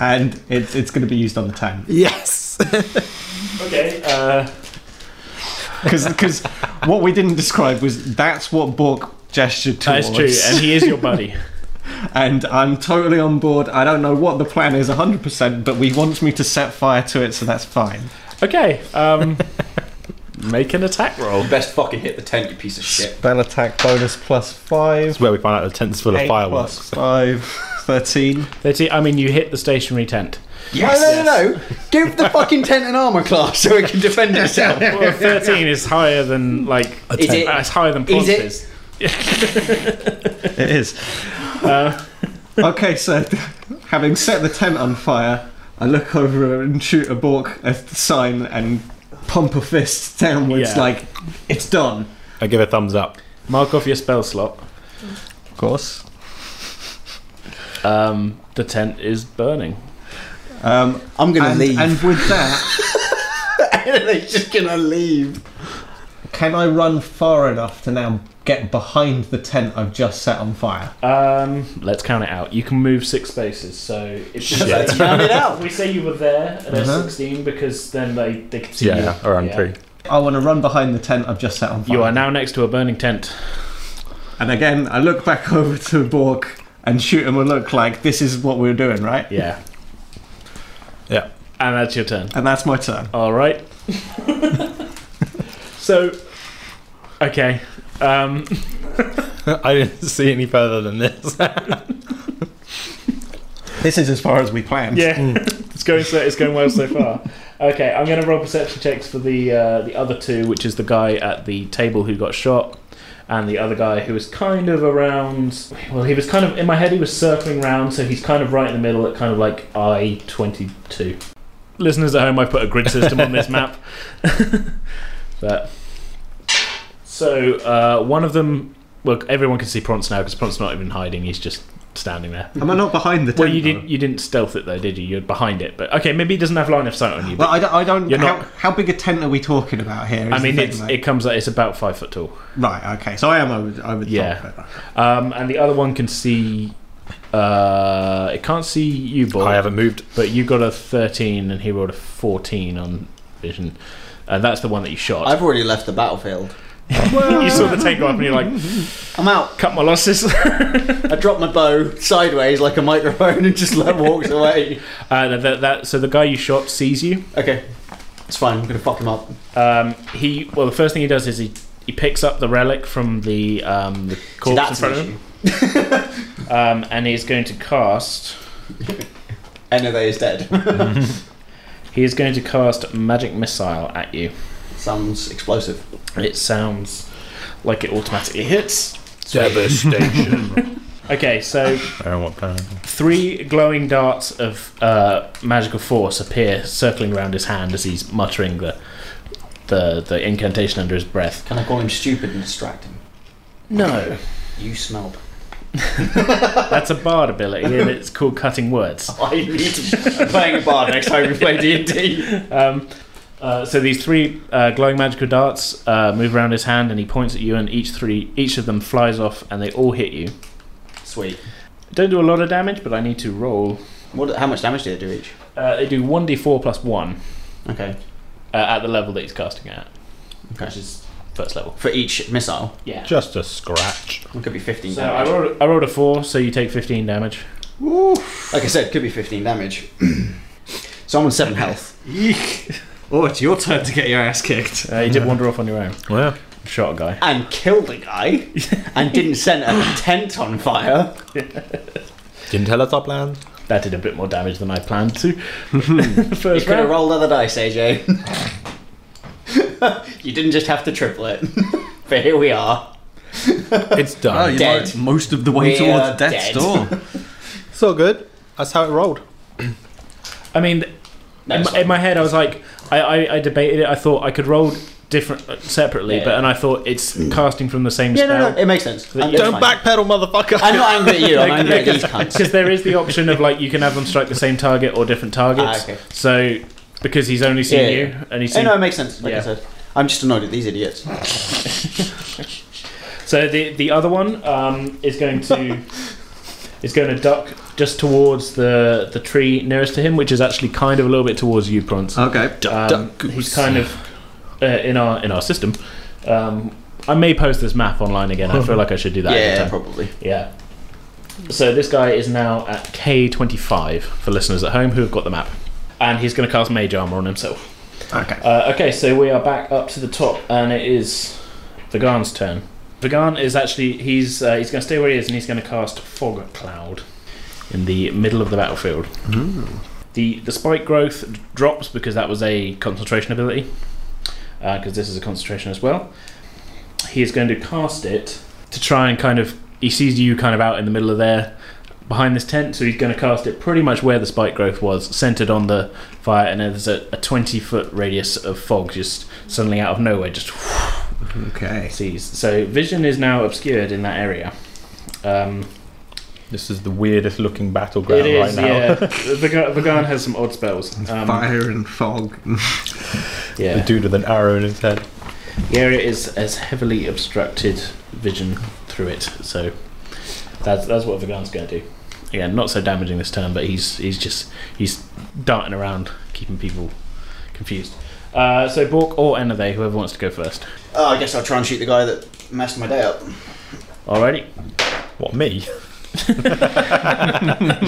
[SPEAKER 2] and it, it's going to be used on the tank.
[SPEAKER 3] Yes.
[SPEAKER 1] Okay. Uh,
[SPEAKER 2] Because what we didn't describe was that's what Bork gestured towards.
[SPEAKER 1] that's true, and he is your buddy.
[SPEAKER 2] and I'm totally on board. I don't know what the plan is 100%, but he wants me to set fire to it, so that's fine.
[SPEAKER 1] Okay. Um, make an attack roll.
[SPEAKER 9] You best fucking hit the tent, you piece of shit.
[SPEAKER 2] Spell attack bonus plus 5.
[SPEAKER 3] That's where we find out the tent's full of
[SPEAKER 2] Eight
[SPEAKER 3] fireworks.
[SPEAKER 2] plus 5, 13.
[SPEAKER 1] Thirty. I mean, you hit the stationary tent.
[SPEAKER 9] Yes.
[SPEAKER 5] no, no, no, no. Give the fucking tent an armor class so it can defend itself.
[SPEAKER 1] Well, thirteen is higher than like.
[SPEAKER 9] Is it-
[SPEAKER 1] uh, it's higher than
[SPEAKER 9] is it-
[SPEAKER 1] Pronce's.
[SPEAKER 2] It is. okay, so having set the tent on fire, I look over and shoot a bork a sign and pump a fist downwards
[SPEAKER 1] Yeah.
[SPEAKER 2] like it's done.
[SPEAKER 3] I give a thumbs up.
[SPEAKER 1] Mark off your spell slot.
[SPEAKER 2] Of course.
[SPEAKER 1] Um, the tent is burning.
[SPEAKER 2] Um,
[SPEAKER 5] I'm gonna
[SPEAKER 2] and,
[SPEAKER 5] leave.
[SPEAKER 2] and with that,
[SPEAKER 5] They're just gonna leave.
[SPEAKER 2] can I run far enough to now get behind the tent I've just set on fire?
[SPEAKER 1] Um, let's count it out. You can move six spaces, so if
[SPEAKER 3] Shit. Let's
[SPEAKER 1] count it out. We say you were there at
[SPEAKER 2] Mhm.
[SPEAKER 1] sixteen because then they they can see you.
[SPEAKER 3] Yeah, around
[SPEAKER 1] Yeah.
[SPEAKER 3] three.
[SPEAKER 2] I want to run behind the tent I've just set on fire.
[SPEAKER 1] You are now next to a burning tent.
[SPEAKER 2] And again, I look back over to Bork and shoot him a look like this is what we were doing, right?
[SPEAKER 1] Yeah.
[SPEAKER 3] Yeah.
[SPEAKER 1] And that's your turn.
[SPEAKER 2] And that's my turn.
[SPEAKER 1] All right. so, okay. Um,
[SPEAKER 3] I didn't see any further than this.
[SPEAKER 2] This is as far as we planned.
[SPEAKER 1] yeah, it's going so it's going well so far. Okay, I'm going to roll perception checks for the uh, the other two, which is the guy at the table who got shot, and the other guy who was kind of around. Well, he was kind of in my head. He was circling round, so he's kind of right in the middle at kind of like I twenty two. Listeners at home, I put a grid system on this map, but so uh, one of them. Well, everyone can see Prance now because Pronce's not even hiding. He's just standing there.
[SPEAKER 2] Am I not behind the tent?
[SPEAKER 1] Well, you
[SPEAKER 2] though?
[SPEAKER 1] didn't you didn't stealth it though, did you? You're behind it, but okay, maybe he doesn't have line of sight on you.
[SPEAKER 2] Well,
[SPEAKER 1] But
[SPEAKER 2] I don't. I don't
[SPEAKER 1] You're
[SPEAKER 2] how,
[SPEAKER 1] not-
[SPEAKER 2] how big a tent are we talking about here? is
[SPEAKER 1] I mean,
[SPEAKER 2] the thing,
[SPEAKER 1] it's,
[SPEAKER 2] like-
[SPEAKER 1] it comes out. It's about five foot tall,
[SPEAKER 2] right. Okay, so I am. I would. I would
[SPEAKER 1] Yeah.
[SPEAKER 2] Talk about
[SPEAKER 1] um, and the other one can see. Uh, it can't see you, boy.
[SPEAKER 3] I haven't moved.
[SPEAKER 1] But you got a thirteen, and he rolled a fourteen on vision, and that's the one that you shot.
[SPEAKER 5] I've already left the battlefield.
[SPEAKER 1] you saw the tank go up, and you're like,
[SPEAKER 5] I'm out.
[SPEAKER 1] "Cut my losses."
[SPEAKER 5] I dropped my bow sideways like a microphone and just like walked away.
[SPEAKER 1] uh, that, that, that, so the guy you shot sees you.
[SPEAKER 5] Okay, it's fine. I'm gonna fuck him up.
[SPEAKER 1] Um, he well, the first thing he does is he he picks up the relic from the um, the
[SPEAKER 5] See,
[SPEAKER 1] corpse in
[SPEAKER 5] that's an
[SPEAKER 1] front of him.
[SPEAKER 5] issue.
[SPEAKER 1] um, and he's going to cast.
[SPEAKER 5] Any of they is dead.
[SPEAKER 1] He is going to cast magic missile at you.
[SPEAKER 5] Sounds explosive.
[SPEAKER 1] It sounds like it automatically hits.
[SPEAKER 3] Devastation.
[SPEAKER 1] Okay, so
[SPEAKER 3] I don't want plan.
[SPEAKER 1] three glowing darts of uh, magical force appear, circling around his hand as he's muttering the the the incantation under his breath.
[SPEAKER 5] Can I call him stupid and distract him?
[SPEAKER 1] No,
[SPEAKER 5] You smelled.
[SPEAKER 1] that's a bard ability, and it's called cutting words.
[SPEAKER 5] I need to playing a bar next time we play D and D.
[SPEAKER 1] Um, uh, so these three uh, glowing magical darts uh, move around his hand, and he points at you, and each three, each of them flies off, and they all hit you.
[SPEAKER 5] Sweet.
[SPEAKER 1] Don't do a lot of damage, but I need to roll.
[SPEAKER 5] What? How much damage did it do each?
[SPEAKER 1] Uh, they do one d4 plus one
[SPEAKER 5] Okay.
[SPEAKER 1] uh, at the level that he's casting at,
[SPEAKER 5] Okay.
[SPEAKER 1] which is first level.
[SPEAKER 5] For each missile,
[SPEAKER 1] Yeah.
[SPEAKER 3] Just a scratch.
[SPEAKER 5] it could be 15
[SPEAKER 1] So I
[SPEAKER 5] damage.
[SPEAKER 1] rolled, I rolled a four, so you take 15 damage.
[SPEAKER 5] Like I said, it could be 15 damage. so I'm on 7 health.
[SPEAKER 2] that. Oh, it's your turn to get your ass kicked.
[SPEAKER 1] Uh, you did wander off on your own.
[SPEAKER 3] Well,
[SPEAKER 1] Shot a guy.
[SPEAKER 5] And killed a guy. and didn't set a tent on fire.
[SPEAKER 3] didn't tell us our plans.
[SPEAKER 1] That did a bit more damage than I planned to.
[SPEAKER 5] You
[SPEAKER 1] first
[SPEAKER 5] could
[SPEAKER 1] round.
[SPEAKER 5] have rolled other dice, AJ. you didn't just have to triple it. but here we are.
[SPEAKER 3] It's done.
[SPEAKER 5] Oh, you Dead. know,
[SPEAKER 2] most of the
[SPEAKER 5] way We towards are death's dead. door.
[SPEAKER 3] It's all good. That's how it rolled.
[SPEAKER 1] I mean,
[SPEAKER 5] No,
[SPEAKER 1] in,
[SPEAKER 5] it's
[SPEAKER 1] my, in my head, I was like, I, I, I debated it. I thought I could roll different uh, separately,
[SPEAKER 5] Yeah.
[SPEAKER 1] but and I thought it's casting from the same
[SPEAKER 5] fine. yeah,
[SPEAKER 1] spell.
[SPEAKER 5] no, no, it makes sense. I'm,
[SPEAKER 3] Don't
[SPEAKER 5] it's fine.
[SPEAKER 3] backpedal, motherfucker.
[SPEAKER 5] I'm not angry at you, I'm angry at these cunts.
[SPEAKER 1] Because there is the option of like you can have them strike the same target or different targets.
[SPEAKER 5] Ah, okay.
[SPEAKER 1] So because he's only seen
[SPEAKER 5] Yeah,
[SPEAKER 1] you
[SPEAKER 5] yeah.
[SPEAKER 1] and he's
[SPEAKER 5] Yeah,
[SPEAKER 1] seen
[SPEAKER 5] no, it makes sense, like
[SPEAKER 1] Yeah.
[SPEAKER 5] I said. I'm just annoyed at these idiots.
[SPEAKER 1] So the the other one um, is going to is going to duck just towards the the tree nearest to him, which is actually kind of a little bit towards you, Prance.
[SPEAKER 5] Uh,
[SPEAKER 2] Okay.
[SPEAKER 1] Um, he's kind of uh, in our in our system. Um, I may post this map online again. I feel like I should do that. every
[SPEAKER 5] yeah,
[SPEAKER 1] time.
[SPEAKER 5] probably.
[SPEAKER 1] yeah. So this guy is now at K twenty five for listeners at home who have got the map, and he's going to cast Mage Armor on himself.
[SPEAKER 2] Okay.
[SPEAKER 1] Uh, okay, so we are back up to the top, and it is Vagan's turn. Vagan is actually he's uh, he's going to stay where he is, and he's going to cast Fog Cloud in the middle of the battlefield. Hmm. The the spike growth drops because that was a concentration ability, because this is a concentration as well. He is going to cast it to try and kind of he sees you kind of out in the middle of there, behind this tent, so he's going to cast it pretty much where the spike growth was, centered on the fire, and there's a, a 20 foot radius of fog just suddenly out of nowhere, just
[SPEAKER 5] Okay.
[SPEAKER 1] sees. So vision is now obscured in that area. Um,
[SPEAKER 3] This is the weirdest looking battleground
[SPEAKER 1] it is,
[SPEAKER 3] right now.
[SPEAKER 1] yeah. Vagan, Vagan has some odd spells. Um,
[SPEAKER 7] Fire and fog.
[SPEAKER 1] yeah.
[SPEAKER 3] The dude with an arrow in his head.
[SPEAKER 1] The area is as heavily obstructed vision through it, so that's that's what Vagan's going to do. Yeah, not so damaging this turn, but he's he's just he's darting around, keeping people confused. Uh, so Bork or Enathay, whoever wants to go first.
[SPEAKER 5] Oh, I guess I'll try and shoot the guy that messed my day up.
[SPEAKER 1] Alrighty,
[SPEAKER 3] What, me?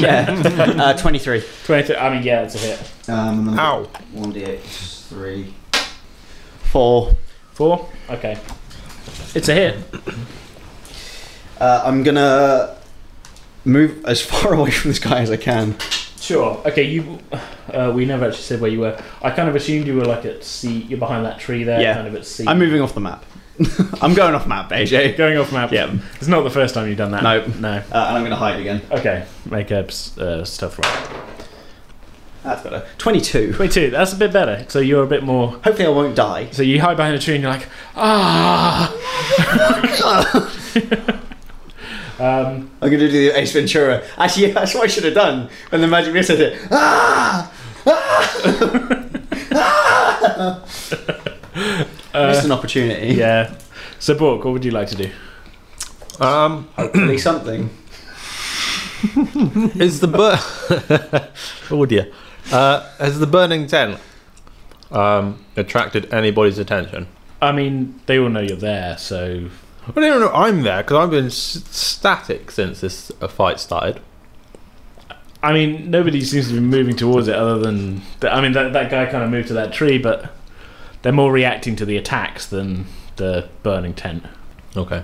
[SPEAKER 5] yeah. Uh, 23.
[SPEAKER 1] twenty. I mean, yeah, that's a hit.
[SPEAKER 5] Um, and then
[SPEAKER 3] Ow.
[SPEAKER 5] 1d8, 3, 4.
[SPEAKER 1] Four. Okay, it's a hit.
[SPEAKER 5] Uh, I'm gonna move as far away from this guy as I can.
[SPEAKER 1] Sure. Okay, you. Uh, we never actually said where you were. I kind of assumed you were like at sea. You're behind that tree there,
[SPEAKER 5] Yeah.
[SPEAKER 1] kind of at sea.
[SPEAKER 5] I'm moving off the map. I'm going off map, AJ.
[SPEAKER 1] going off map.
[SPEAKER 5] Yeah.
[SPEAKER 1] it's not the first time you've done that.
[SPEAKER 5] Nope.
[SPEAKER 1] No.
[SPEAKER 5] Uh, and I'm gonna hide again.
[SPEAKER 1] Okay, make a uh, stuff roll.
[SPEAKER 5] That's better. 22.
[SPEAKER 1] 22, that's a bit better. So you're a bit more.
[SPEAKER 5] Hopefully I won't die.
[SPEAKER 1] So you hide behind a tree and you're like, ah! um,
[SPEAKER 5] I'm gonna do the Ace Ventura. Actually, yeah, that's what I should have done when the magic missile did. it. Ah! Ah! ah! Missed an opportunity.
[SPEAKER 1] yeah. So, Bork, what would you like to do?
[SPEAKER 3] Um,
[SPEAKER 5] Hopefully something.
[SPEAKER 3] is the bur- oh dear. Uh, has the burning tent um, attracted anybody's attention?
[SPEAKER 1] I mean, they all know you're there, so.
[SPEAKER 3] I don't know. I'm there because I've been s- static since this uh, fight started.
[SPEAKER 1] I mean, nobody seems to be moving towards it other than. th- I mean, that, that guy kind of moved to that tree, but they're more reacting to the attacks than the burning tent.
[SPEAKER 3] Okay.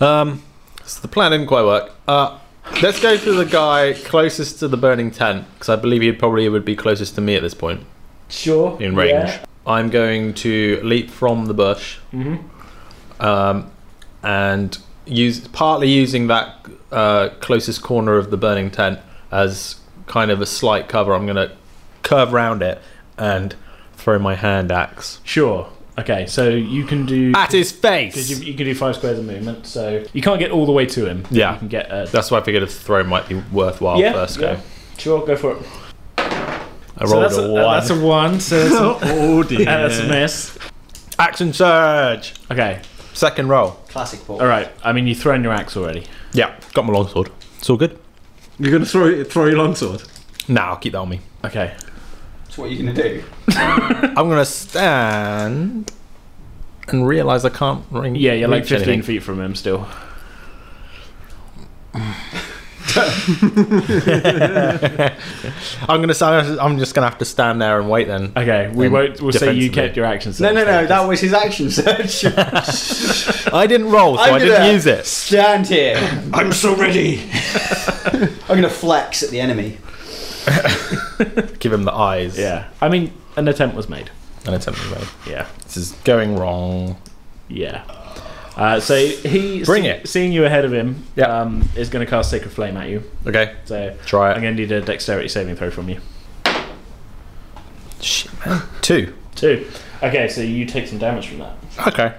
[SPEAKER 3] Um, so the plan didn't quite work. Uh, let's go to the guy closest to the burning tent because I believe he probably would be closest to me at this point
[SPEAKER 1] Sure.
[SPEAKER 3] in range. I'm going to leap from the bush
[SPEAKER 1] hmm
[SPEAKER 3] um, and use partly using that uh, closest corner of the burning tent as kind of a slight cover. I'm going to curve round it and throw my hand axe
[SPEAKER 1] Sure. Okay, so you can do.
[SPEAKER 3] at his
[SPEAKER 1] Because
[SPEAKER 3] face.
[SPEAKER 1] you, you can do five squares of movement, so you can't get all the way to him.
[SPEAKER 3] Yeah.
[SPEAKER 1] You can get uh, a.
[SPEAKER 3] That's why I figured a throw might be worthwhile
[SPEAKER 1] Yeah,
[SPEAKER 3] first
[SPEAKER 1] yeah.
[SPEAKER 3] go.
[SPEAKER 1] Sure, go for it.
[SPEAKER 3] I rolled
[SPEAKER 1] so that's
[SPEAKER 3] a one.
[SPEAKER 1] that's a one, so that's a,
[SPEAKER 7] oh dear.
[SPEAKER 1] and that's a miss.
[SPEAKER 3] Action surge.
[SPEAKER 1] Okay,
[SPEAKER 3] Second roll.
[SPEAKER 5] Classic ball.
[SPEAKER 1] alright. I mean, you've thrown your axe already.
[SPEAKER 3] Yeah, got my longsword. It's all good.
[SPEAKER 7] You're gonna throw throw your longsword.
[SPEAKER 3] Nah, I'll keep that on me.
[SPEAKER 1] Okay.
[SPEAKER 5] That's what you're gonna do.
[SPEAKER 3] I'm gonna stand and realize I can't ring.
[SPEAKER 1] Yeah, you're like
[SPEAKER 3] reach
[SPEAKER 1] 15
[SPEAKER 3] anything.
[SPEAKER 1] feet from him still.
[SPEAKER 3] I'm gonna. stand- I'm just gonna have to stand there and wait then.
[SPEAKER 1] Okay, we
[SPEAKER 3] And
[SPEAKER 1] won't. We'll say you
[SPEAKER 3] defensively.
[SPEAKER 1] kept your action.
[SPEAKER 5] No,
[SPEAKER 1] surge
[SPEAKER 5] no, no.
[SPEAKER 1] there.
[SPEAKER 5] That was his action search.
[SPEAKER 3] I didn't roll, so
[SPEAKER 5] I'm
[SPEAKER 3] I didn't
[SPEAKER 5] gonna
[SPEAKER 3] use it.
[SPEAKER 5] Stand here. I'm so ready. I'm gonna flex at the enemy.
[SPEAKER 3] Give him the eyes.
[SPEAKER 1] Yeah. I mean, an attempt was made.
[SPEAKER 3] And attempt to roll.
[SPEAKER 1] Yeah.
[SPEAKER 3] This is going wrong.
[SPEAKER 1] Yeah. Uh, so he.
[SPEAKER 3] Bring
[SPEAKER 1] see-
[SPEAKER 3] it.
[SPEAKER 1] Seeing you ahead of him
[SPEAKER 3] Yeah.
[SPEAKER 1] um, is going to cast Sacred Flame at you.
[SPEAKER 3] Okay,
[SPEAKER 1] So
[SPEAKER 3] try it.
[SPEAKER 1] I'm going to need a dexterity saving throw from you.
[SPEAKER 3] Shit, man. Two.
[SPEAKER 1] Two. Okay, so you take some damage from that.
[SPEAKER 3] Okay.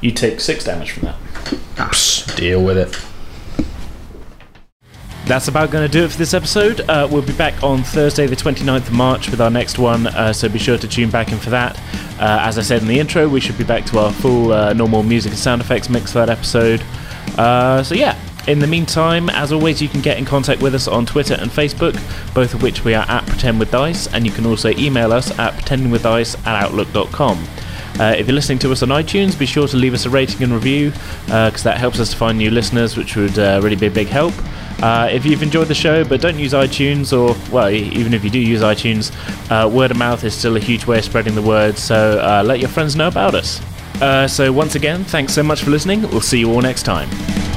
[SPEAKER 1] You take six damage from that.
[SPEAKER 3] Deal with it.
[SPEAKER 10] That's about going to do it for this episode. Uh, we'll be back on Thursday, the 29th of March, with our next one, uh, so be sure to tune back in for that. Uh, as I said in the intro, we should be back to our full uh, normal music and sound effects mix for that episode. Uh, so, yeah, in the meantime, as always, you can get in contact with us on Twitter and Facebook, both of which we are at Pretend with Dice, and you can also email us at pretendingwithdice at outlook.com. Uh, if you're listening to us on iTunes, be sure to leave us a rating and review because that helps us to find new listeners, which would uh, really be a big help. Uh, if you've enjoyed the show but don't use iTunes, or well, e- even if you do use iTunes, uh, word of mouth is still a huge way of spreading the word, so uh, let your friends know about us. Uh, so, once again, thanks so much for listening. We'll see you all next time.